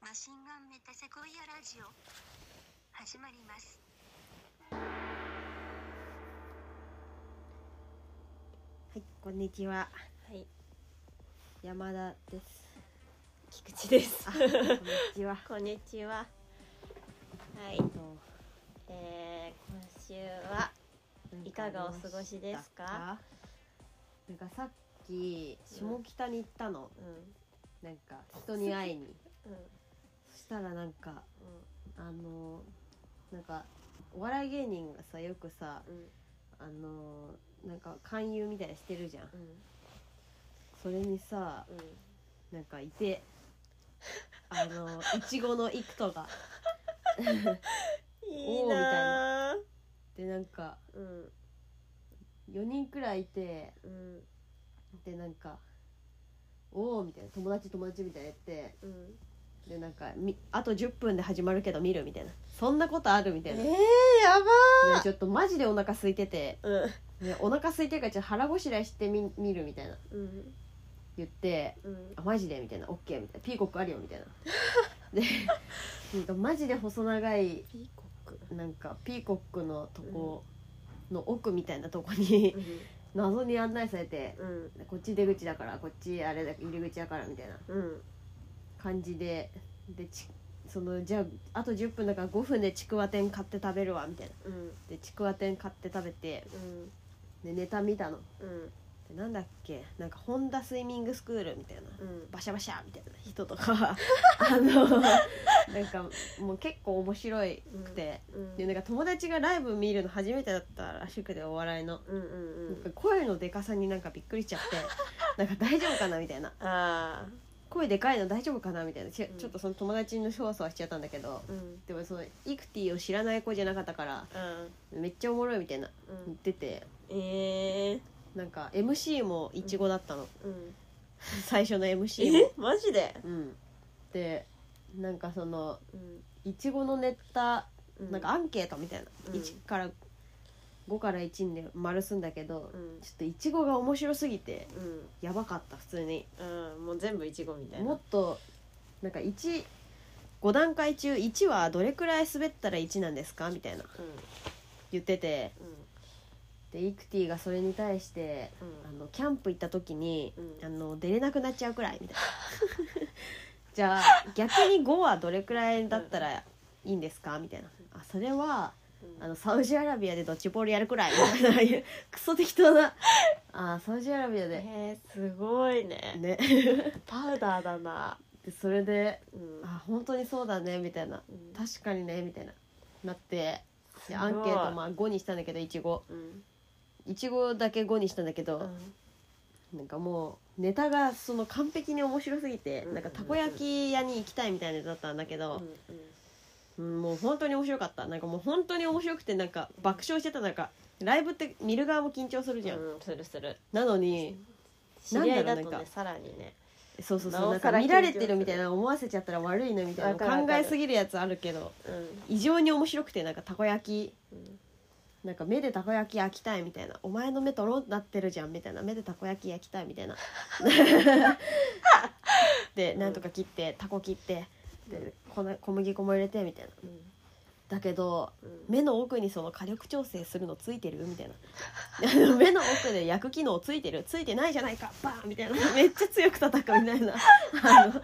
発信がメタセコイアラジオ始まりますはい、こんにちは。はい、山田 です。菊池ですあ、。こんにちは。こんにちは。はい、とえー、今週は、いかがお過ごしですか。なんかさっき下北に行ったの。うん、なんか人に会いに。うん、そしたらなんかうあのなんかお笑い芸人がさよくさん、うん、あのなんか勧誘みたいなしてるじゃんう。ん、それにさうん、なんかいて。あのいちごのイクトがいいなー。でなんかうん、 4人くらいいてうん、でなんか「おお」みたいな「友達友達」みたいなやってうん。でなんかみ「あと10分で始まるけど見る」みたいな「そんなことある」みたえいー、な、やでちょっとマジでお腹空いてて、ばー。でお腹空いてるからちょっと腹ごしらえしてみ見るみたいなうん、うん、言ってうん「あ。マジで」みたいな「オッケー」みたいな「ピーコックあるよ」みたいなでなんかマジで細長いピーコック。なんかピーコックのとこの奥みたいなとこに謎に案内されてうん、 「こっち出口だからこっちあれだ入り口だから」みたいなうん、感じででちそのじゃああと10分だから5分でちくわ天買って食べるわみたいなうん、でちくわ天買って食べてうん、でネタ見たのうん、でなんだっけなんかホンダスイミングスクールみたいなうん。バシャバシャみたいな人とかあのなんかもう結構面白いくて、うん、でなんか友達がライブ見るの初めてだったらしくてお笑いの。うん、うん、うなんかん。声のでかさになんかびっくりしちゃって なんか大丈夫かなみたいなあ声でかいの大丈夫かなみたいなちうんちょっとその友達のそわそわしちゃったんだけど、あ、うん、でもそのイクティを知らない子じゃなかったからうん、めっちゃおもろいみたいなう言っん。ててええー、なんか MC もイチゴだったの、うん。最初の MC もえ、マジで。うんでなんかそのうん、いちごのネタうなんか、アンケートみたいな、うん1から5から1に丸すんだけど、うんちょっといちごが面白すぎてうん。やばかった普通にうん、もう全部いちごみたいもなっ。となんか15段階中1はどれくらい滑ったら1なんですかみたいなうん、言っててうん、でイクティがそれに対して、うんあのキャンプ行った時に、うんあの出れなくなっちゃうくらい みたいなじゃあ逆に5はどれくらいだったらいいんですかみたいなあそれはうんあのサウジアラビアでドッジボールやるくらいみたいな クソ適当なあサウジアラビアでえー、すごいねねパウダーだなでそれでうんあ本当にそうだねみたいなうん確かにねみたいななってでごいアンケートまあ5にしたんだけどいちごうんいちごだけ5にしたんだけど、うんなんかもうネタがその完璧に面白すぎて、うんなんかたこ焼き屋に行きたいみたいなネタだったんだけうど、んうんもう本当に面白かったなんかもう本当に面白くてなんか爆笑してたなんかライブって見る側も緊張するじゃん、うんするするなのに知り合いだなんだろとうなんねかさらにねそうそうなそうおなんさから見られてるみたいな思わせちゃったら悪いなみたいわかるなわ考かるえすぎるやつあるけどうん異常に面白くてなんかたこ焼きうんなんか目でたこ焼き焼きたいみたいなお前の目とろんなってるじゃんみたいな目でたこ焼き焼きたいみたいなでなんとか切ってたこ切ってで粉小麦粉も入れてみたいなうんだけどうん目の奥にその火力調整するのついてるみたいなあの目の奥で焼く機能ついてるついてないじゃないかバーンみたいなめっちゃ強く叩くみたいなあのそ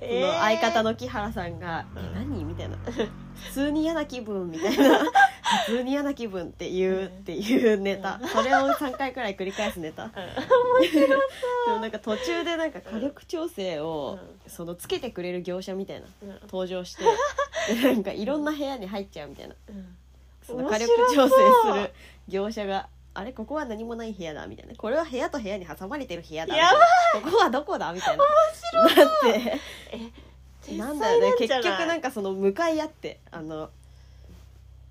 えのー相方の木原さんが「え何?」みたいな 「普通に嫌な気分」みたいな 「普通に嫌な気分」っていうっていうネタそれを3回くらい繰り返すネタでもなんか途中でなんか火力調整をそのつけてくれる業者みたいなうん登場 してでなんかいろんな部屋に入っちゃうみたいなうんその火力調整する業者が。あれここは何もない部屋だみたいなこれは部屋と部屋に挟まれてる部屋だみたいなここはどこだみたいな面白なって天な才んだよねじ結ゃ局ないんかその向かい合ってあの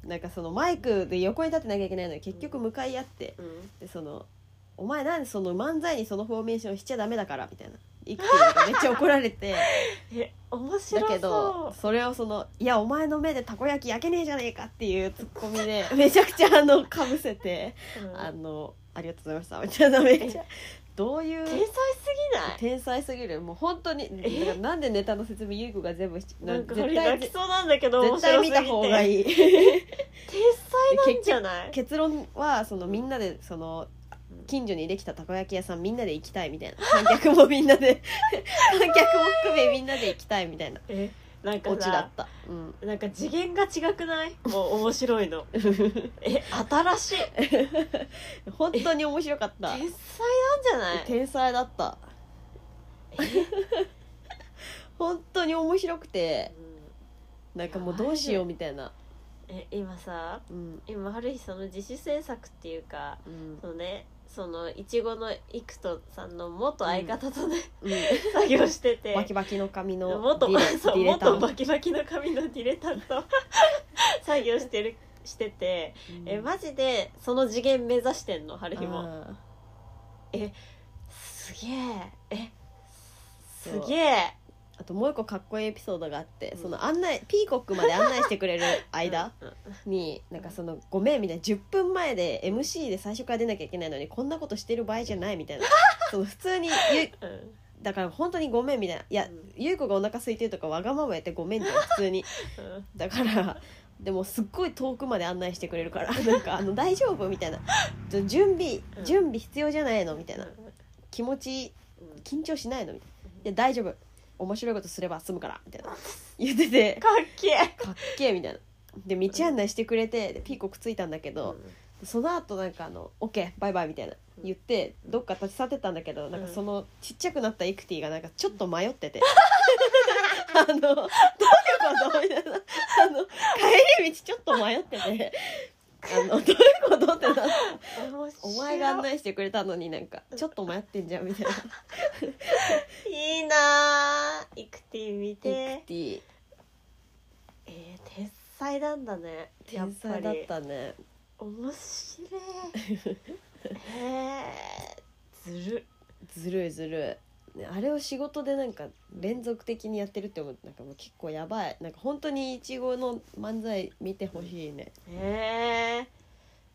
なんかそのマイクで横に立ってなきゃいけないのに結局向かい合って、うんでその「お前なんでその漫才にそのフォーメーションしちゃダメだから」みたいな。いくつかめっちゃ怒られ てえ面白そうだけどそれをその「いやお前の目でたこ焼き焼けねえじゃねえか」っていうツッコミでめちゃくちゃあのかぶせてうんあの、ありがとうございました。みたいな、めっちゃ、どういう天才すぎない天才すぎるもう本当にだからなんでネタの説明ゆうこが全部しなんかこ絶れ対泣き絶そうなんだけど面白す対ぎて見た方がいいい天才なんじゃない結論はそのみんなでその近所にできたたこ焼き屋さんみんなで行きたいみたいな観客もみんな で観客も含めみんなで行きたいみたいなえなんかオチださった、うん、なんか次元が違 くないもう面白いのえ新しい本当に面白かった天才なんじゃない天才だった 本当に面白くてなんかもうどうしようみたいな、え今さうん今ある日その自主制作っていうかうんそのねそのいちごのいくとさんの元相方とね、うん、作業しててバキバキの髪の元ディレ そうディレタン元バキバキの髪のディレタ ンと作業してるしてて、えマジでその次元目指してんの春日もあすげええそすうげえーあともう一個かっこいいエピソードがあって、うんその案内ピーコックまで案内してくれる間うんうんに、なんかその「ごめん」みたいな10分前で MC で最初から出なきゃいけないのにこんなことしてる場合じゃないみたい なその普通にゆうんだから本当に「ごめん」みたいな「いや、うんゆう子がお腹空いてるとかわがままやってごめん」じゃん普通にうんだからでもすっごい遠くまで案内してくれるから「なんかあの大丈夫?」みたいな「準備うん準備必要じゃないの?」みたいなうん「気持ちうん緊張しないの?」みたいな「いや大丈夫面白いことすれば済むから」みたいな言っててかっけえ「かっけえ」みたいな。で道案内してくれてでピーコくっついたんだけど、その後なんかあの「OK バイバイ」みたいな言ってどっか立ち去ってったんだけどなんかそのちっちゃくなったエクティがなんかちょっと迷って てあのどういうことみたいなあの帰り道ちょっと迷っててあのどういうことってなって面白おい前が案内してくれたのになんかちょっと迷ってんじゃんみたいないいなーイクティ見エてクティえー、天才なんだねやっ天ぱ才だっりたね面白いへえずるずるいずるいねあれを仕事でなんか連続的にやってるって思うとなんかもう結構やばいなんか本当にいちごの漫才見てほしいねへ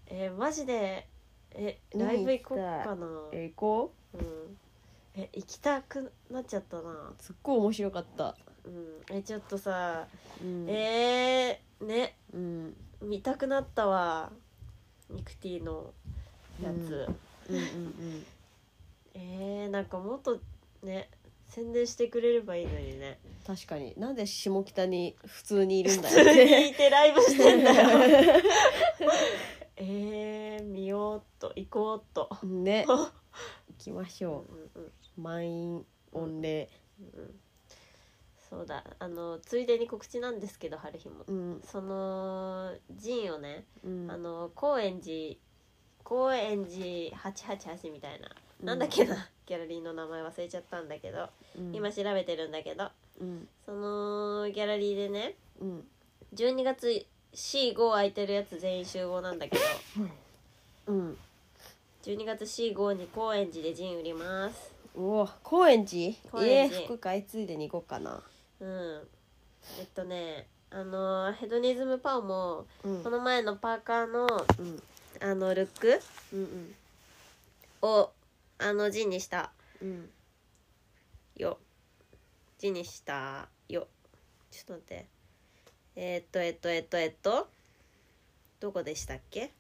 ええーマジでえ見にラ行きたいイブ行こうかな、えー行こうん、え行きたくなっちゃったなうすっごい面白かった、うんえちょっとさ、うんえー、ねうん見たくなったわミクティのやつ、うんうんうんえー、なんかもっとね宣伝してくれればいいのにね確かになんで下北に普通にいるんだ普通よ にねいてライブしてんだ よ えー、見ようっと行こうっとねうんうん行きましょうんう満員御礼うんそうだあのついでに告知なんですけど春日もうんそのジンをね、うんあの高円寺高円寺888みたいな、なんだっけなギャラリーの名前忘れちゃったんだけど、うん今調べてるんだけどうんそのギャラリーでねうん12月45空いてるやつ全員集合なんだ けどうん12月45に高円寺でジン売りますうお高円寺高え円寺ー服買いついでに行こうかなうんえっとねあのヘドニズムパオもうんこの前のパーカーのうんあのルックうんをあのジンにしたうんよジンにしたよちょっと待ってえーっとえっとえっとえっとどこでしたっけ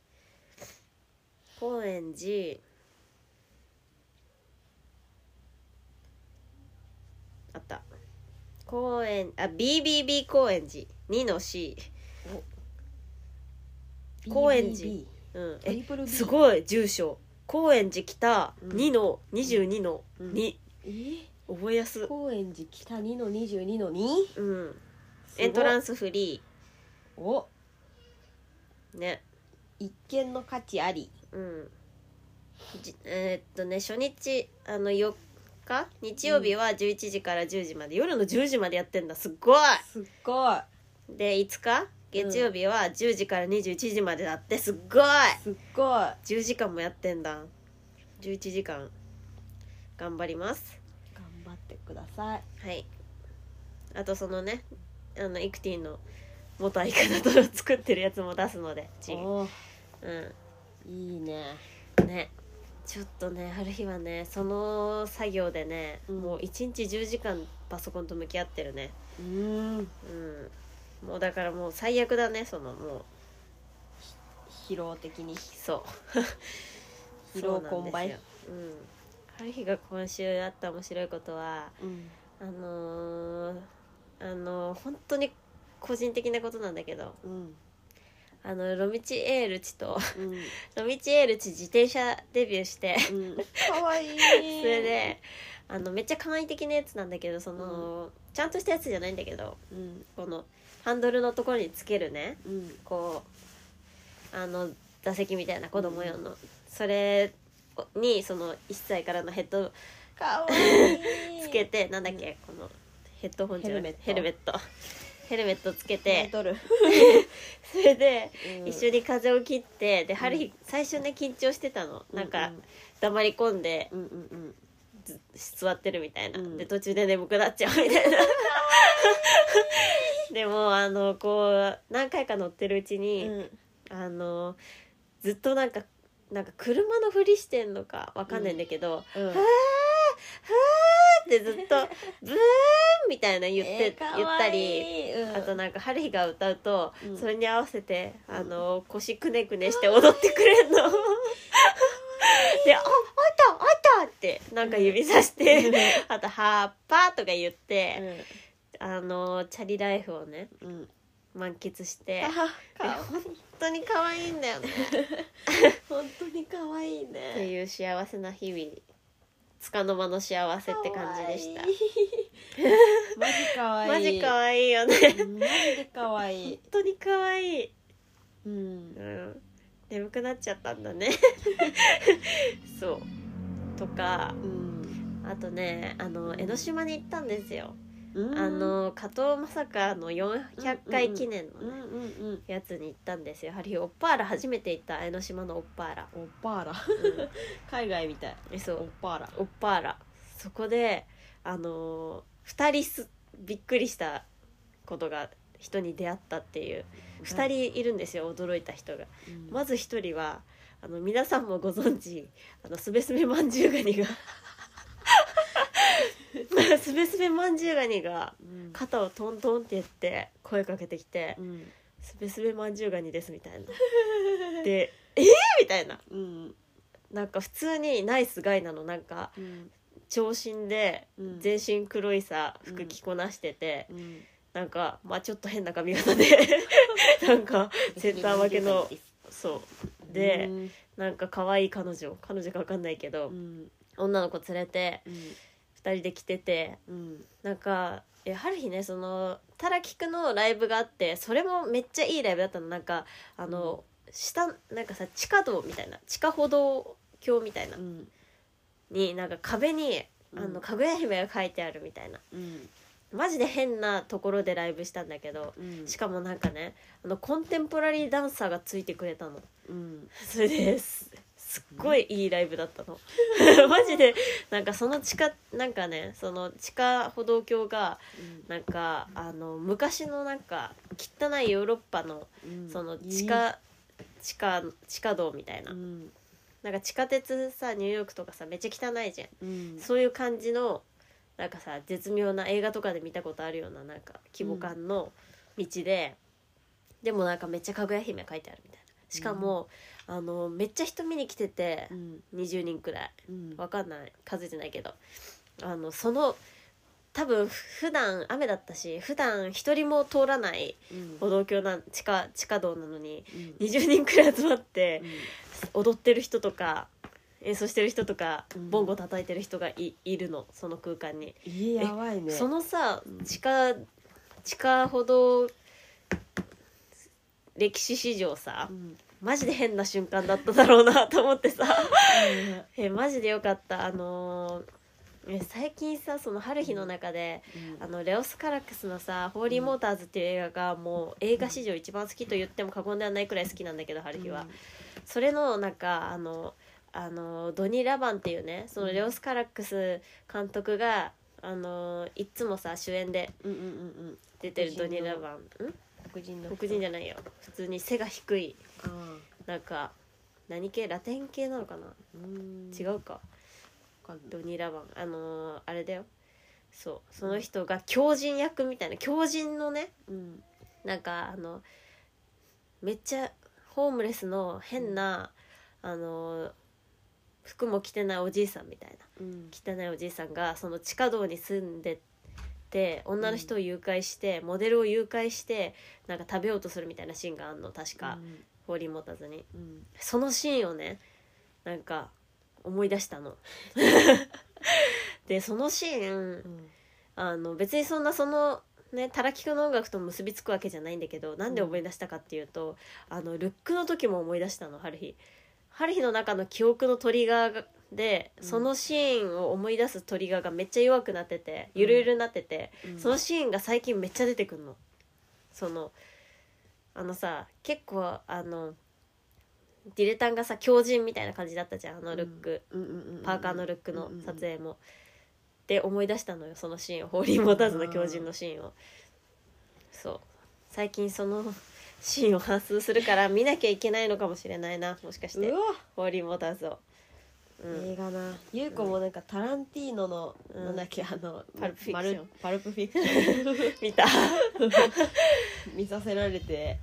高円寺あった高円あ BBB 高円寺2の C 高円寺 BBB うんトえリプル B すいごい住所高円寺北うん2の22の2、えー覚えやす高円寺北2の22の 2? うんエントランスフリおーね一見の価値ありうんじえーっとね初日あの4日日曜日は11時から10時まで、夜の10時までやってんだすっごいすっごいで5日月曜日は10時から21時までだってすっごいすっごい10時間もやってんだ11時間頑張ります頑張ってくださいはいあとそのねあのイクティの元相方と作ってるやつも出すのでチームおーういいねんねちょっとねある日はねその作業でね、うんもう1日10時間パソコンと向き合ってるねうんうんもうだからもう最悪だねそのもう疲労的にそう疲労困憊そうなんですようん春日が今週あった面白いことはうんあのーあのー本当に個人的なことなんだけどうんあのロミチエールチとうんロミチエールチ自転車デビューしてうん 可愛いいそれであのめっちゃ簡易的なやつなんだけどその、ちゃんとしたやつじゃないんだけどうんこのハンドルのところにつけるねうんこうあの座席みたいな子供用の、それにその1歳からのヘッド可愛 いつけて、なんだっけこのヘッドホンじゃなくてヘルメヘルメットヘルメッ トつけてて取るそれで一緒緒に風を切ってでん春日、最初ね緊張してたのなんか黙り込んでうんうんうんず座ってるみたいな、うんで途中で眠くなっちゃうみたいなでもあのこう何回か乗ってるうちうに、んあのずっとなんかなんか車のふりしてんのかわかんないんだけど、うんでずっと「ブーン!」みたいな言って、えー可言った愛り。いうんあとなんか春日が歌うと、うんそれに合わせてあの腰くねくねして踊ってくれるの。で「ああったあった!」ってなんか指さして、うん あと「葉っぱ」とか言って、うあのチャリライフをねんうん満喫してあでかわ本当に可愛いんだよね本当に可愛いねっていう幸せな日々つかの間の幸せって感じでした可愛いマジ可愛い マジ可愛いよねいマジで可愛い本当に可愛いうんうん眠くなっちゃったんだね そうとかうんあとねあの江ノ島に行ったんですよ、うんあの加藤まさかの400回記念のね、うんうんうんやつに行ったんですよやはりオッパーラ初めて行った江ノ島のオッパーラ、オッパーラ海外みたいうん、そオッうパーラオッパーラそこであの2人すびっくりしたことが人に出会ったっていう2人いるんですよ驚いた人がうんまず1人はあの皆さんもご存知あのすべすべまんじゅうガニが すべすべまんじゅうガニがうん肩をトントンってやって声かけてきてうん「すべすべまんじゅうガニです」みたいなで「えー!」みたいなうんなんか普通にナイスガイなのなんかうん長身でうん全身黒いさ服着こなしてて、うんなんかまあちょっと変な髪 型でなんかセンター分けのそうで、うんなんか可愛い彼女彼女か分かんないけうど、ん女の子連れてうん2人で来ててうんなんかえはる日ねそのたらきくのライブがあってそれもめっちゃいいライブだったのなんかあの、下なんかさ地下道みたいな地下歩道橋みたいなうんになんか壁にうんあのかぐや姫が書いてあるみたいなうんマジで変なところでライブしたんだけどうんしかもなんかねあのコンテンポラリーダンサーがついてくれたの うんそれですすっごいいいライブだっ たの マジでなんかその地下なんかねその地下歩道橋がなんかあの昔のなんか汚いヨーロッパのうんその地下地下地下道みたいなうんなんか地下鉄さニューヨークとかさめっちゃ汚いじゃんうんそういう感じのなんかさ絶妙な映画とかで見たことあるようななんか規模感の道で、でもなんかめっちゃ「かぐや姫」書いてあるみたいなしかも、あのめっちゃ人見に来ててう、ん20人くらいうんわかんない数えてないけどあのその多分普段雨だったし普段一人も通らないうん歩道橋なん地下地下道なのにうん20人くらい集まってう、ん踊ってる人とか演奏してる人とか、うんボンゴ叩いてる人がいいるのその空間に、いややばいねそのさうん地下地下ほど歴史史上さうんマジで変な瞬間だっただろうなと思ってさえマジでよかったあのーえ最近さその春日の中で、あのレオス・カラックスのさ「ホーリー・モーターズ」っていう映画がもう映画史上一番好きと言っても過言ではないくらい好きなんだけど春日は、それのなんかあのあのドニー・ラバンっていうねそのレオス・カラックス監督があのいっつもさ主演でうんうんうんうん出てるドニー・ラバンん黒人の黒人じゃないよ普通に背が低いあなんかな何系ラテン系なのかな違うかかんないドニラマンあのーあれだよそうその人が狂人役みたいな狂人のねうんなんかあのめっちゃホームレスの変な、あのー服も着てないおじいさんみたいなうん汚いおじいさんがその地下道に住んでて女の人を誘拐して、モデルを誘拐してなんか食べようとするみたいなシーンがあんの確か、ホーリーモタズにうんそのシーンをねなんか思い出したの でそのシーンうんあの別にそんなそのねたらきくの音楽と結びつくわけじゃないんだけどなんでうん思い出したかっていうと、あのルックの時も思い出したの春日春日の中の記憶のトリガーがでうんそのシーンを思い出すトリガーがめっちゃ弱くなっててゆるゆるになってて、うんそのシーンが最近めっちゃ出てくんの。そのあのさ結構あのディレタンがさ狂人みたいな感じだったじゃんあのルック、うんうんうんうんパーカーのルックのうんうんうん撮影も。で思い出したのよそのシーンをホーリー・モーターズの狂人のシーンを。そう最近そのシーンを反数するから見なきゃいけないのかもしれないなもしかしてうわホーリー・モーターズを。うん映画な優子もなんかタランティーノの、うんなんだっけあのパルプフィクションまるパルプフィクション見 た、見させられて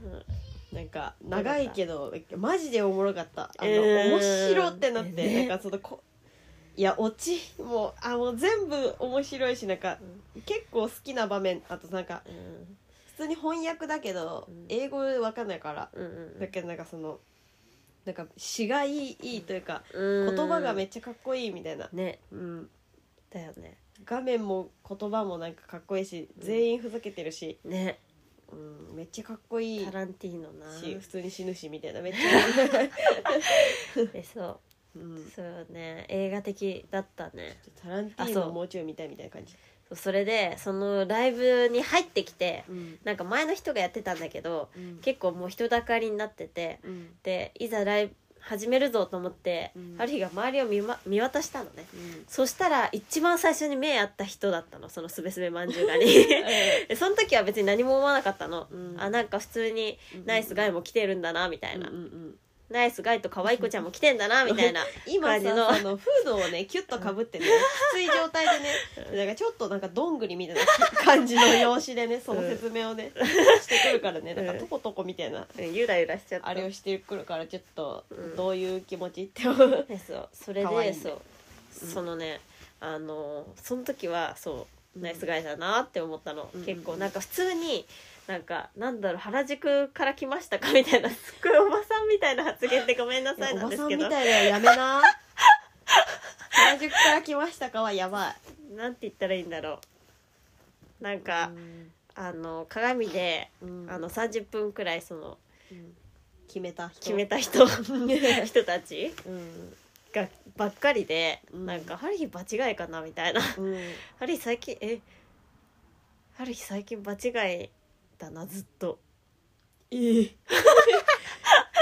うんなんか長いけどマジでおもろかったあの、うん面白ってなって、ねなんかそのこいやオチもうあもう全部面白いしなんか、結構好きな場面あとなんかうん普通に翻訳だけど、うん英語わかんないから、うんだけどなんかそのなんか詩がいいいいというか、うんうん言葉がめっちゃかっこいいみたいな、ねうん、だよね画面も言葉もなんかかっこいいし全員ふざけてるし、ねうん、めっちゃかっこいいタランティーノなし普通に死ぬしみたいなめっち ゃ、えそううん、そうね映画的だったねタランティーあそノうもうちょい見たいみたいな感じ、そうそれでそのライブに入ってきてうんなんか前の人がやってたんだけどうん結構もう人だかりになっててうんでいざライブ始めるぞと思って、うんある日が周りを見,、ま、見渡したのねうんそしたら一番最初に目あった人だったのそのすべすべまんじゅう がにでその時は別に何も思わなかったの、うんあなんか普通にナイスガイも来てるんだなみたいな、うんうんうんナイスガイと可愛い子ちゃんも来てんだなみ たいな今感じさのあのフードをねキュッとかぶってねきつい状態でねなんかちょっとなんかどんぐりみたいな感じの用紙でねその説明をね、してくるからねなんかトコトコみたいなうんゆらゆらしちゃったあれをしてくるからちょっとうんどういう気持ちって思うでそうそれで可愛いねそう、うんそのねあのその時はそううんナイスガイだなって思ったの、うんうん結構なんか普通になんかなんだろう原宿から来ましたかみたいなす っごいおばさんみたいな発言でごめんないさやおいなばんでさすんけみどたいだよやめな原宿から来ましたかはやばいなんて言ったらいいんだろうなんか、あの鏡で、うんあの30分くらいそのうん決めた人決め た人人たちうんがばっかりで、うんなんか「ハリヒ場違いかな」みたいな うんある日最近えある日最近場違いだなずっといいいい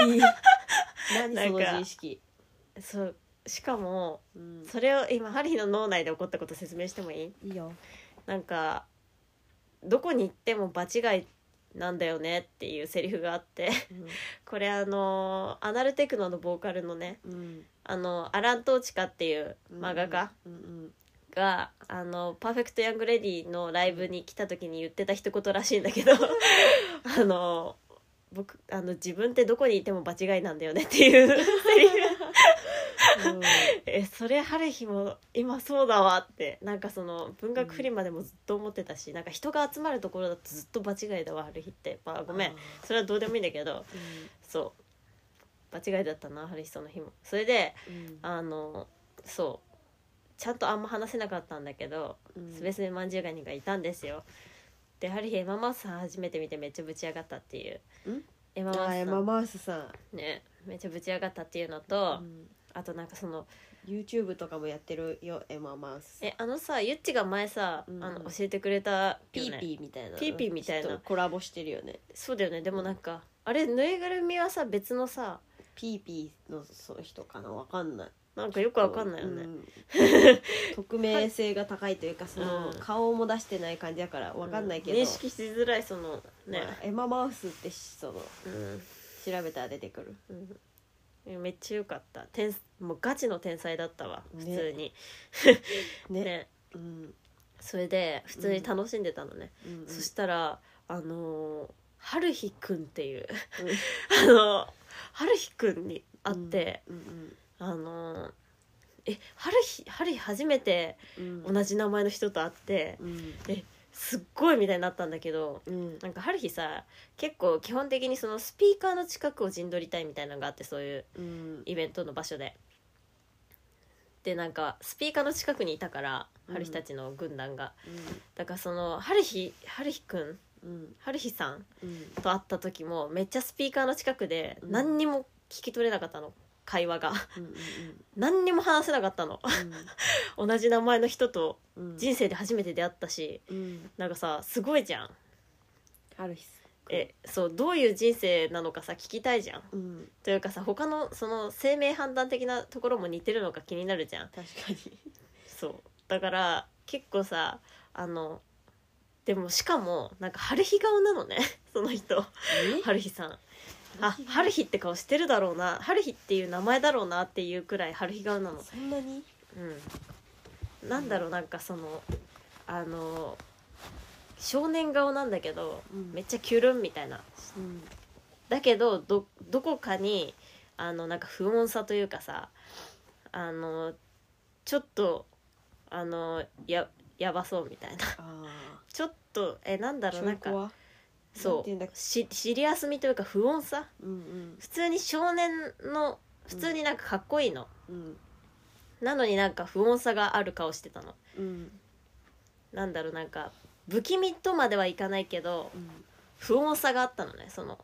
何そのなんか自意識そうしかもうんそれを今ハリーの脳内で起こったこと説明してもいいいいよなんかどこに行っても場違いなんだよねっていうセリフがあって これあのアナルテクノのボーカルのねうんあのアラン・トーチカっていう漫画家うんうんが、あのパーフェクト・ヤング・レディのライブに来た時に言ってた一言らしいんだけどあの僕あの自分ってどこにいても場違いなんだよねっていうセリフうんえそれ春日も今そうだわってなんかその文学フリマでもずっと思ってたし、なんか人が集まるところだとずっと場違いだわ春日って、まあ、ごめんそれはどうでもいいんだけどそう場違いだったな春日その日もそれでうんあのそうちゃんとあんま話せなかったんだけどうんすべすべまんじゅうガニがいたんですよでハリーエマ・マウスさん初めて見てめっちゃぶち上がったっていうんエマ・マウあスエさマんマウスさんねめっちゃぶち上がったっていうのと、うんあとなんかその YouTube とかもやってるよエママウスえあのさゆっちが前さ、うんあの教えてくれたピよーねピーみたいなピーピーみたいなちょっとコラボしてるよねそうだよねでもなんかあれぬいぐるみはさ別のさピーピーのそう人かなわかんないなんかよくわかんないよね、うん 匿名性が高いというかそのうん顔も出してない感じだからわかんないけど認識しづらいそのまね、あエママウスってそのうん調べたら出てくるうんめっちゃよかった天もうガチの天才だったわ普ね通にねねうんそれで普通に楽しんでたのね、うんうんそしたらあのー、春日くんっていううん あのー、春日くんに会って、うんうんあのーえ春日春日初めてうん同じ名前の人と会ってうんすっごいみたいになったんだけどうんなんか春日さ結構基本的にそのスピーカーの近くを陣取りたいみたいなのがあってそういううんイベントの場所で。でなんかスピーカーの近くにいたからうん春日たちの軍団が、だからその春日春日くんうん春日さんうんと会った時もめっちゃスピーカーの近くでうん何にも聞き取れなかったの会話が うんうん何にも話せなかったの 同じ名前の人とうんうん人生で初めて出会ったしうんなんかさすごいじゃんある日えそうどういう人生なのかさ聞きたいじゃんうんというかさ他のその生命判断的なところも似てるのか気になるじゃん確かにそうだから結構さあのでもしかもなんか春日顔なのね その人春日さんあ春日って顔してるだろうな春日っていう名前だろうなっていうくらい春日顔なのそんなにうんなんだろうなんかそのあの少年顔なんだけどうんめっちゃキュルンみたいなうんだけどどどこかにあのなんか不穏さというかさあのちょっとあのややばそうみたいなあちょっとえなんだあろうなんかはなんそて言うんだっうけしシリアスみというか不穏さうん普通に少年の普通になんかかっこいいの、うんうんなのになんか不穏さがある顔してたのうんなんだろうなんか不気味とまではいかないけどうん不穏さがあったのねその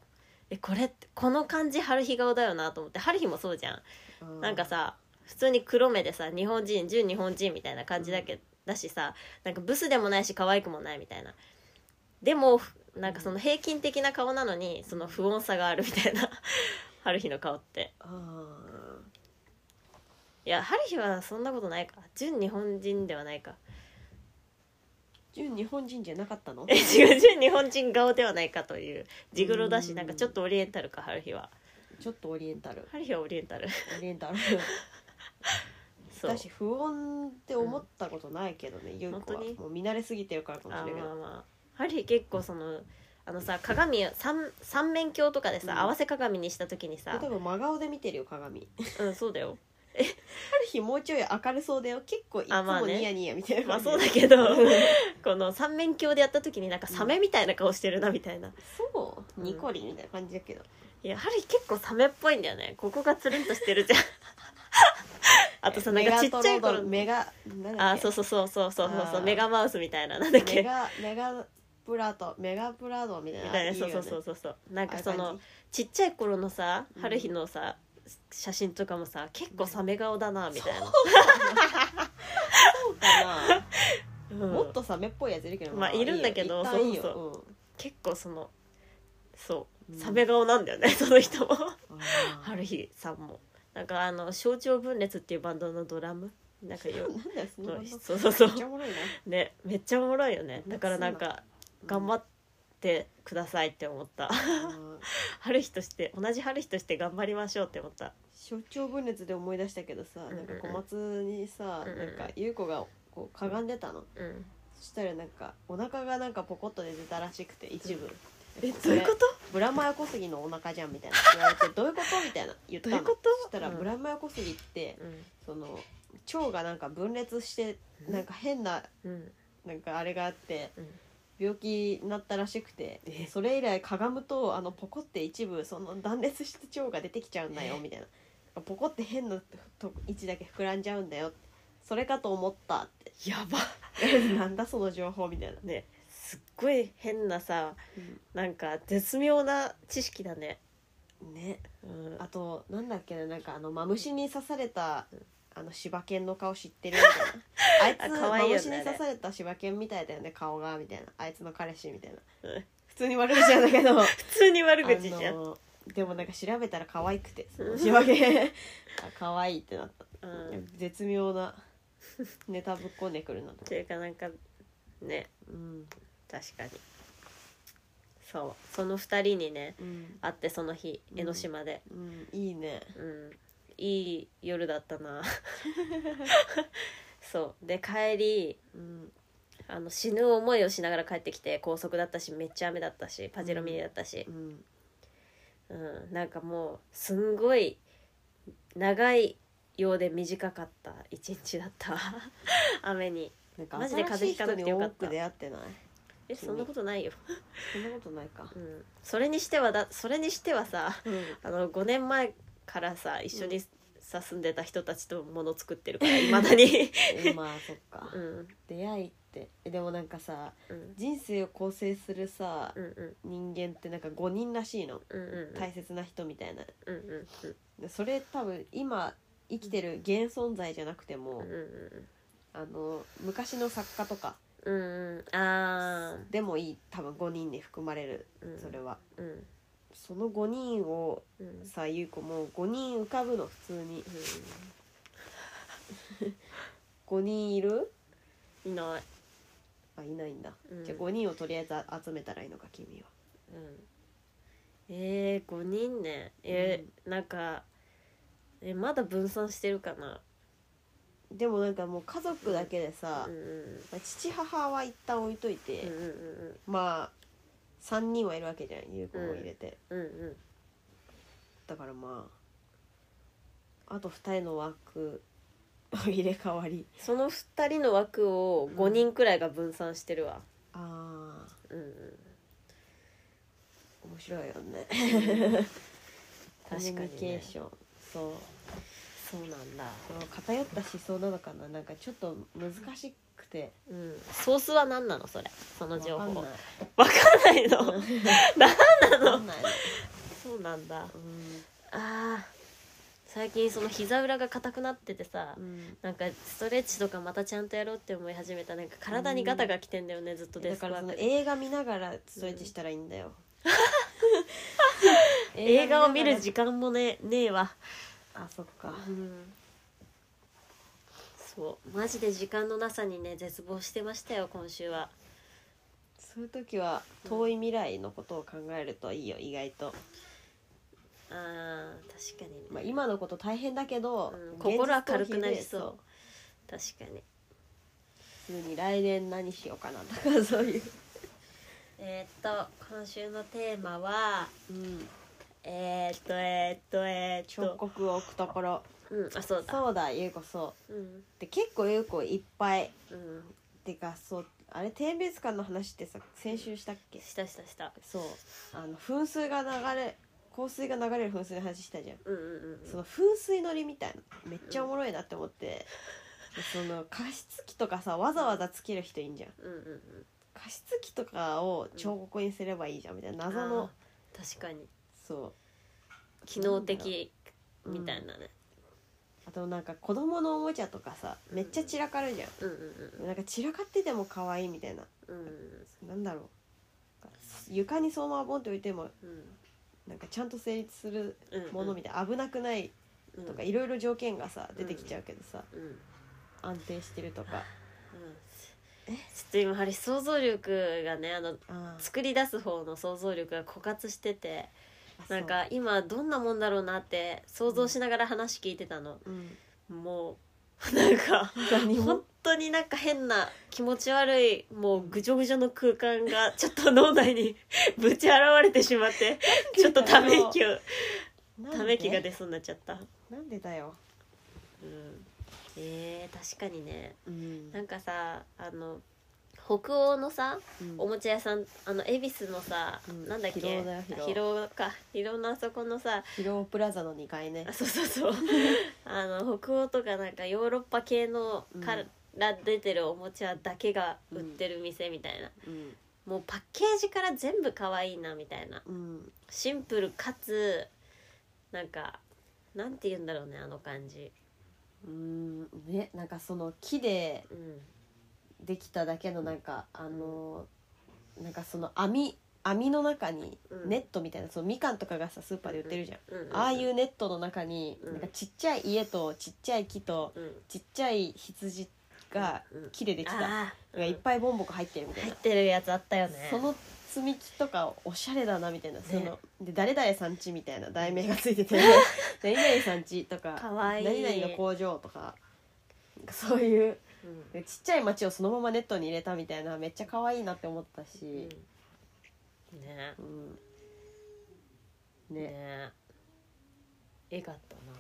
えこれってこの感じ春日顔だよなと思って春日もそうじゃんあーなんかさ普通に黒目でさ日本人純日本人みたいな感じだけ、だしさなんかブスでもないし可愛くもないみたいなでもふなんかその平均的な顔なのにその不穏さがあるみたいな 春日の顔ってあーいや春日はそんなことないか純日本人ではないか 純日本人じゃなかったのえ違う純日本人顔ではないかというジグロだうしんなんかちょっとオリエンタルか春日はちょっとオリエンタル春日はオリエン タルオリエンタルそう私不穏って思ったことないけどね、ゆうこは本当にもう見慣れすぎてるからかもしあれないけまあどまあハリー結構そのあのさ鏡三三面鏡とかでさ、うん合わせ鏡にした時にさ例えば真顔で見てるよ鏡うんそうだよある日もうちょい明るそうだよ結構いつあまあもねニヤニヤみたいなまあ感じで、そうだけど この三面鏡でやった時になんかサメみたいな顔してるなみたいな、そううんニコリンみたいな感じだけど、いやハリー結構サメっぽいんだよねここがつるんとしてるじゃん あとさなんかちっちゃい頃メガなんだあっけそうそうそうそうそうそうそあーうメガマウスみたいななんだっメけガメガプラトメガプラドみたいなみたいなあそうそうそううそうそうなんかそああのいう感ちっちゃい頃のさうん春日のさ、写真とかもさ結構サメ顔だなみたいな、そうかな、うんもっとサメっぽいやついるけどまあいるんだけど一旦いいよそう結構そのそううんサメ顔なんだよね、 その人もうんあ 春日さんもなんかあの「象徴分裂」っていうバンドのドラムなんか ーなよんだよそのバンドそうそうそうめっちゃおもろいなねめっちゃおもろいよねだからなんか頑張っってくださいって思った春日として同じ春日として頑張りましょうって思った象徴分裂で思い出したけどさ、んうんなんか小松にさ、うんうんなんか優子がこうかがんでたの、うんそしたらなんかお腹がなんかポコッと出てたらしくて一部、えどういうことブラマヨ小杉のお腹じゃんみたいな言われてどういうことみたいな言ったのどういうことそしたらうんブラマヨ小杉ってうんその腸がなんか分裂してなんか変なうんなんかあれがあってうん病気になったらしくてえそれ以来かがむとあのポコって一部その断裂して腸が出てきちゃうんだよみたいなポコって変なと位置だけ膨らんじゃうんだよそれかと思ったってやば なんだその情報みたいな、ねすっごい変なさなんか絶妙な知識だねねうんあとなんだっけななんかあのマムシに刺されたあの柴犬の顔知ってるみたいなあい あつ可愛マいよねムシにあれ刺された柴犬みたいだよね顔がみたいなあいつの彼氏みたいなうん普通に悪口なんだけど普通に悪口じゃん、あのでもなんか調べたら可愛くてそうんの柴犬 あ可愛いってなった、うん、絶妙なネタぶっこんでくるなとというかなんかねうん確かにそうその2人にねうん、会ってその日うん江ノ島で、うん、いいねうん、いい夜だっ たなそうで帰りうんあの死ぬ思いをしながら帰ってきて高速だったしめっちゃ雨だったしパジェロミニだったしう、んうん、なんかもうすんごい長いようで短かった一日だった 雨になんかマジで風邪ひかなくてよかっ新しい人たに多く出会ってないえそんなことないよ、そんなことないかうん、それにしてはだそれにしてはさうんあの5年前からさ一緒にさ住んでた人たちともの作ってるからいま だにまあそっかうん出会いってえでもなんかさうん人生を構成するさうんうん人間ってなんか5人らしいのうんうん大切な人みたいなうんうんでそれ多分今生きてる現存在じゃなくてもうんうんあの昔の作家とかうんうんあでもいい多分5人に含まれるーうんそれはうんその5人をうんうんさ優子も5人浮かぶの普通に5人いるいないあいないんだ、うんじゃあ5人をとりあえずあ集めたらいいのか君はうんえー、5人ねえーなんかえまだ分散してるかなでもなんかもう家族だけでさうん、うんまあ父母は一旦置いといて、うんうんまあ3人はいるわけじゃん優子も入れて、うんうんだからまああと2人の枠入れ替わりその2人の枠を5人くらいが分散してるわああうんうん面白いよねコミ確かュニにケーねション、そうそうなんだそう偏った思想なのかななんかちょっと難しくてうんソースは何なのそれそのわ情か報んないわかんないの何なのない そうなんだうあー最近その膝裏が硬くなっててさ、んうんなんかストレッチとかまたちゃんとやろうって思い始めたなんか体にガタが来てんだよね、ずっとデだスかクワらそーのクで映画見ながらストレッチしたらいいんだよ映画を見なるがら時間もねねえわあそっかうんそうマジで時間のなさにね絶望してましたよ今週はそういう時は遠い未来のことを考えるといいよ意外と、あー確かにね、まあ、今のこと大変だけど、うん現実逃避心は軽くなりでそう確かに普通に来年何しようかなとかそういう、えー、っと今週のテーマはうん、えー、っとえー、っとえー、彫っと刻を置くところうんあそうだそうだ優子そううんで結構優子いっぱいうんてかそうあれ天別館の話ってさ先週したっけしたしたしたそうあの噴水が流れ香水が流れる噴水の話したじゃんうんうんうんその噴水乗りみたいなめっちゃおもろいなって思って、でその加湿器とかさわざわざつける人いんじゃんうんうんうん加湿器とかを彫刻にすればいいじゃんみたいな謎の、あー確かにそう機能的なんだろうみたいなね、あとなんか子供のおもちゃとかさめっちゃ散らかるじゃん、うん、うんなんか散らかってても可愛いみたいなうんうんなんだろうなんか床にそのままボンって置いてもうんなんかちゃんと成立するうんうんものみたいな危なくないとかいろいろ条件がさ出てきちゃうけどさうんうんうん安定してるとかちょっと今あれ想像力がねあのあ作り出す方の想像力が枯渇しててーなんか今どんなもんだろうなって想像しながら話聞いてたの、そううんもう なんか何本も当になんか変な気持ち悪いもうぐじょぐじょの空間がちょっと脳内に ぶち現れてしまってちょっとため息をなんでため息が出そうになっちゃった、なんでだようん、えー、確かにねうんなんかさあの北欧のさうんおもちゃ屋さんあの恵比寿のさ、うんなんだっけ広尾だよ広尾あ広尾か広尾のあそこのさヒロープラザの2階ねあそうそ うそうあの北欧とかなんかヨーロッパ系のから出てるおもちゃだけが売ってる店みたいな、うんもうパッケージから全部可愛いなみたいなうんシンプルかつなんかなんて言うんだろうねあの感じうんねなんかその木でうんできただけのなんかあのーなんかその網網の中にうんネットみたいな、そのみかんとかがさスーパーで売ってるじゃん、うんああいううネットの中に、うんなんかちっちゃい家とちっちゃい木とんちっちゃい羊がうん木でできた、あーがいっぱいボンボコ入ってるみたい入っな、てるやつあったよねその積み木とかおしゃれだなみたいな、そねので誰々さんちみたいな題名がついてて 何々さんちとかかわいい何々の工場とかなんかそういうちっちゃい町をそのままネットに入れたみたいなめっちゃ可愛いなって思ったし、うんねうんねねえがったな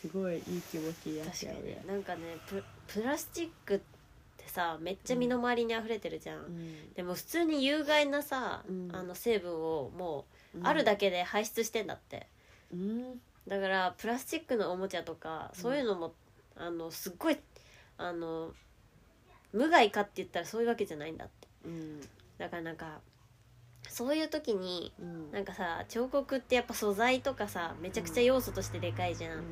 すごいいい気持ちになっ確ちかゃうにねなんかねププラスチックってさめっちゃ身の回りに溢れてるじゃん、でも普通に有害なさ、うんあの成分をもううんあるだけで排出してんだって、うんだからプラスチックのおもちゃとかそういうのも、あのすっごいあの無害かって言ったらそういうわけじゃないんだってうんだからなんかそういう時にうんなんかさ彫刻ってやっぱ素材とかさめちゃくちゃ要素としてでかいじゃん、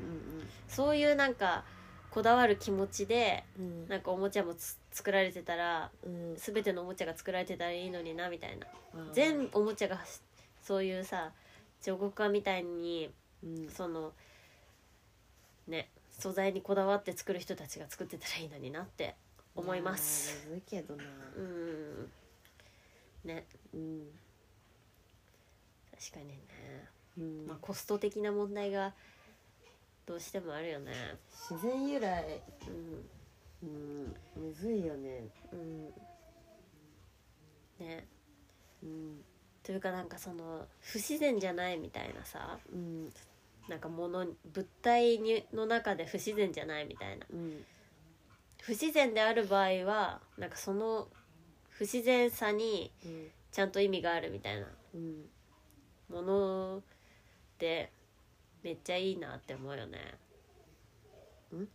そういうなんかこだわる気持ちでうんうんなんかおもちゃもつ作られてたらうん全てのおもちゃが作られてたらいいのになみたいなうん全おもちゃがしそういうさ彫刻家みたいにうんそのね素材にこだわって作る人たちが作ってたらいいのになって思います。やむずいけどなうんねうん確かにね、うんまあ、コスト的な問題がどうしてもあるよね。自然由来うんうんむずいよねうんねうんというかなんかその不自然じゃないみたいなさうんなんか物に物体にの中で不自然じゃないみたいなうん不自然である場合はなんかその不自然さにうんちゃんと意味があるみたいなうんものってめっちゃいいなって思うよね。ん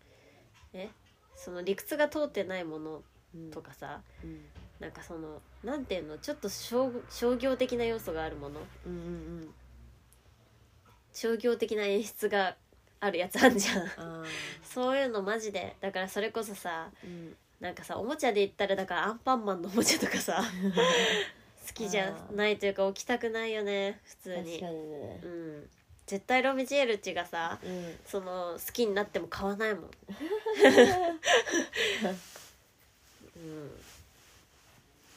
えその理屈が通ってないものうんとかさ、うんなんかそのなんていうのちょっと商商業的な要素があるものうんうんうん商業的な演出があるやつあんじゃん あーそういうのマジでだからそれこそさうんなんかさおもちゃで言ったらだからアンパンマンのおもちゃとか さ好きじゃないというか置きたくないよね普通確にかにねうん絶対ロミジエルチがさうんその好きになっても買わ ないもんうん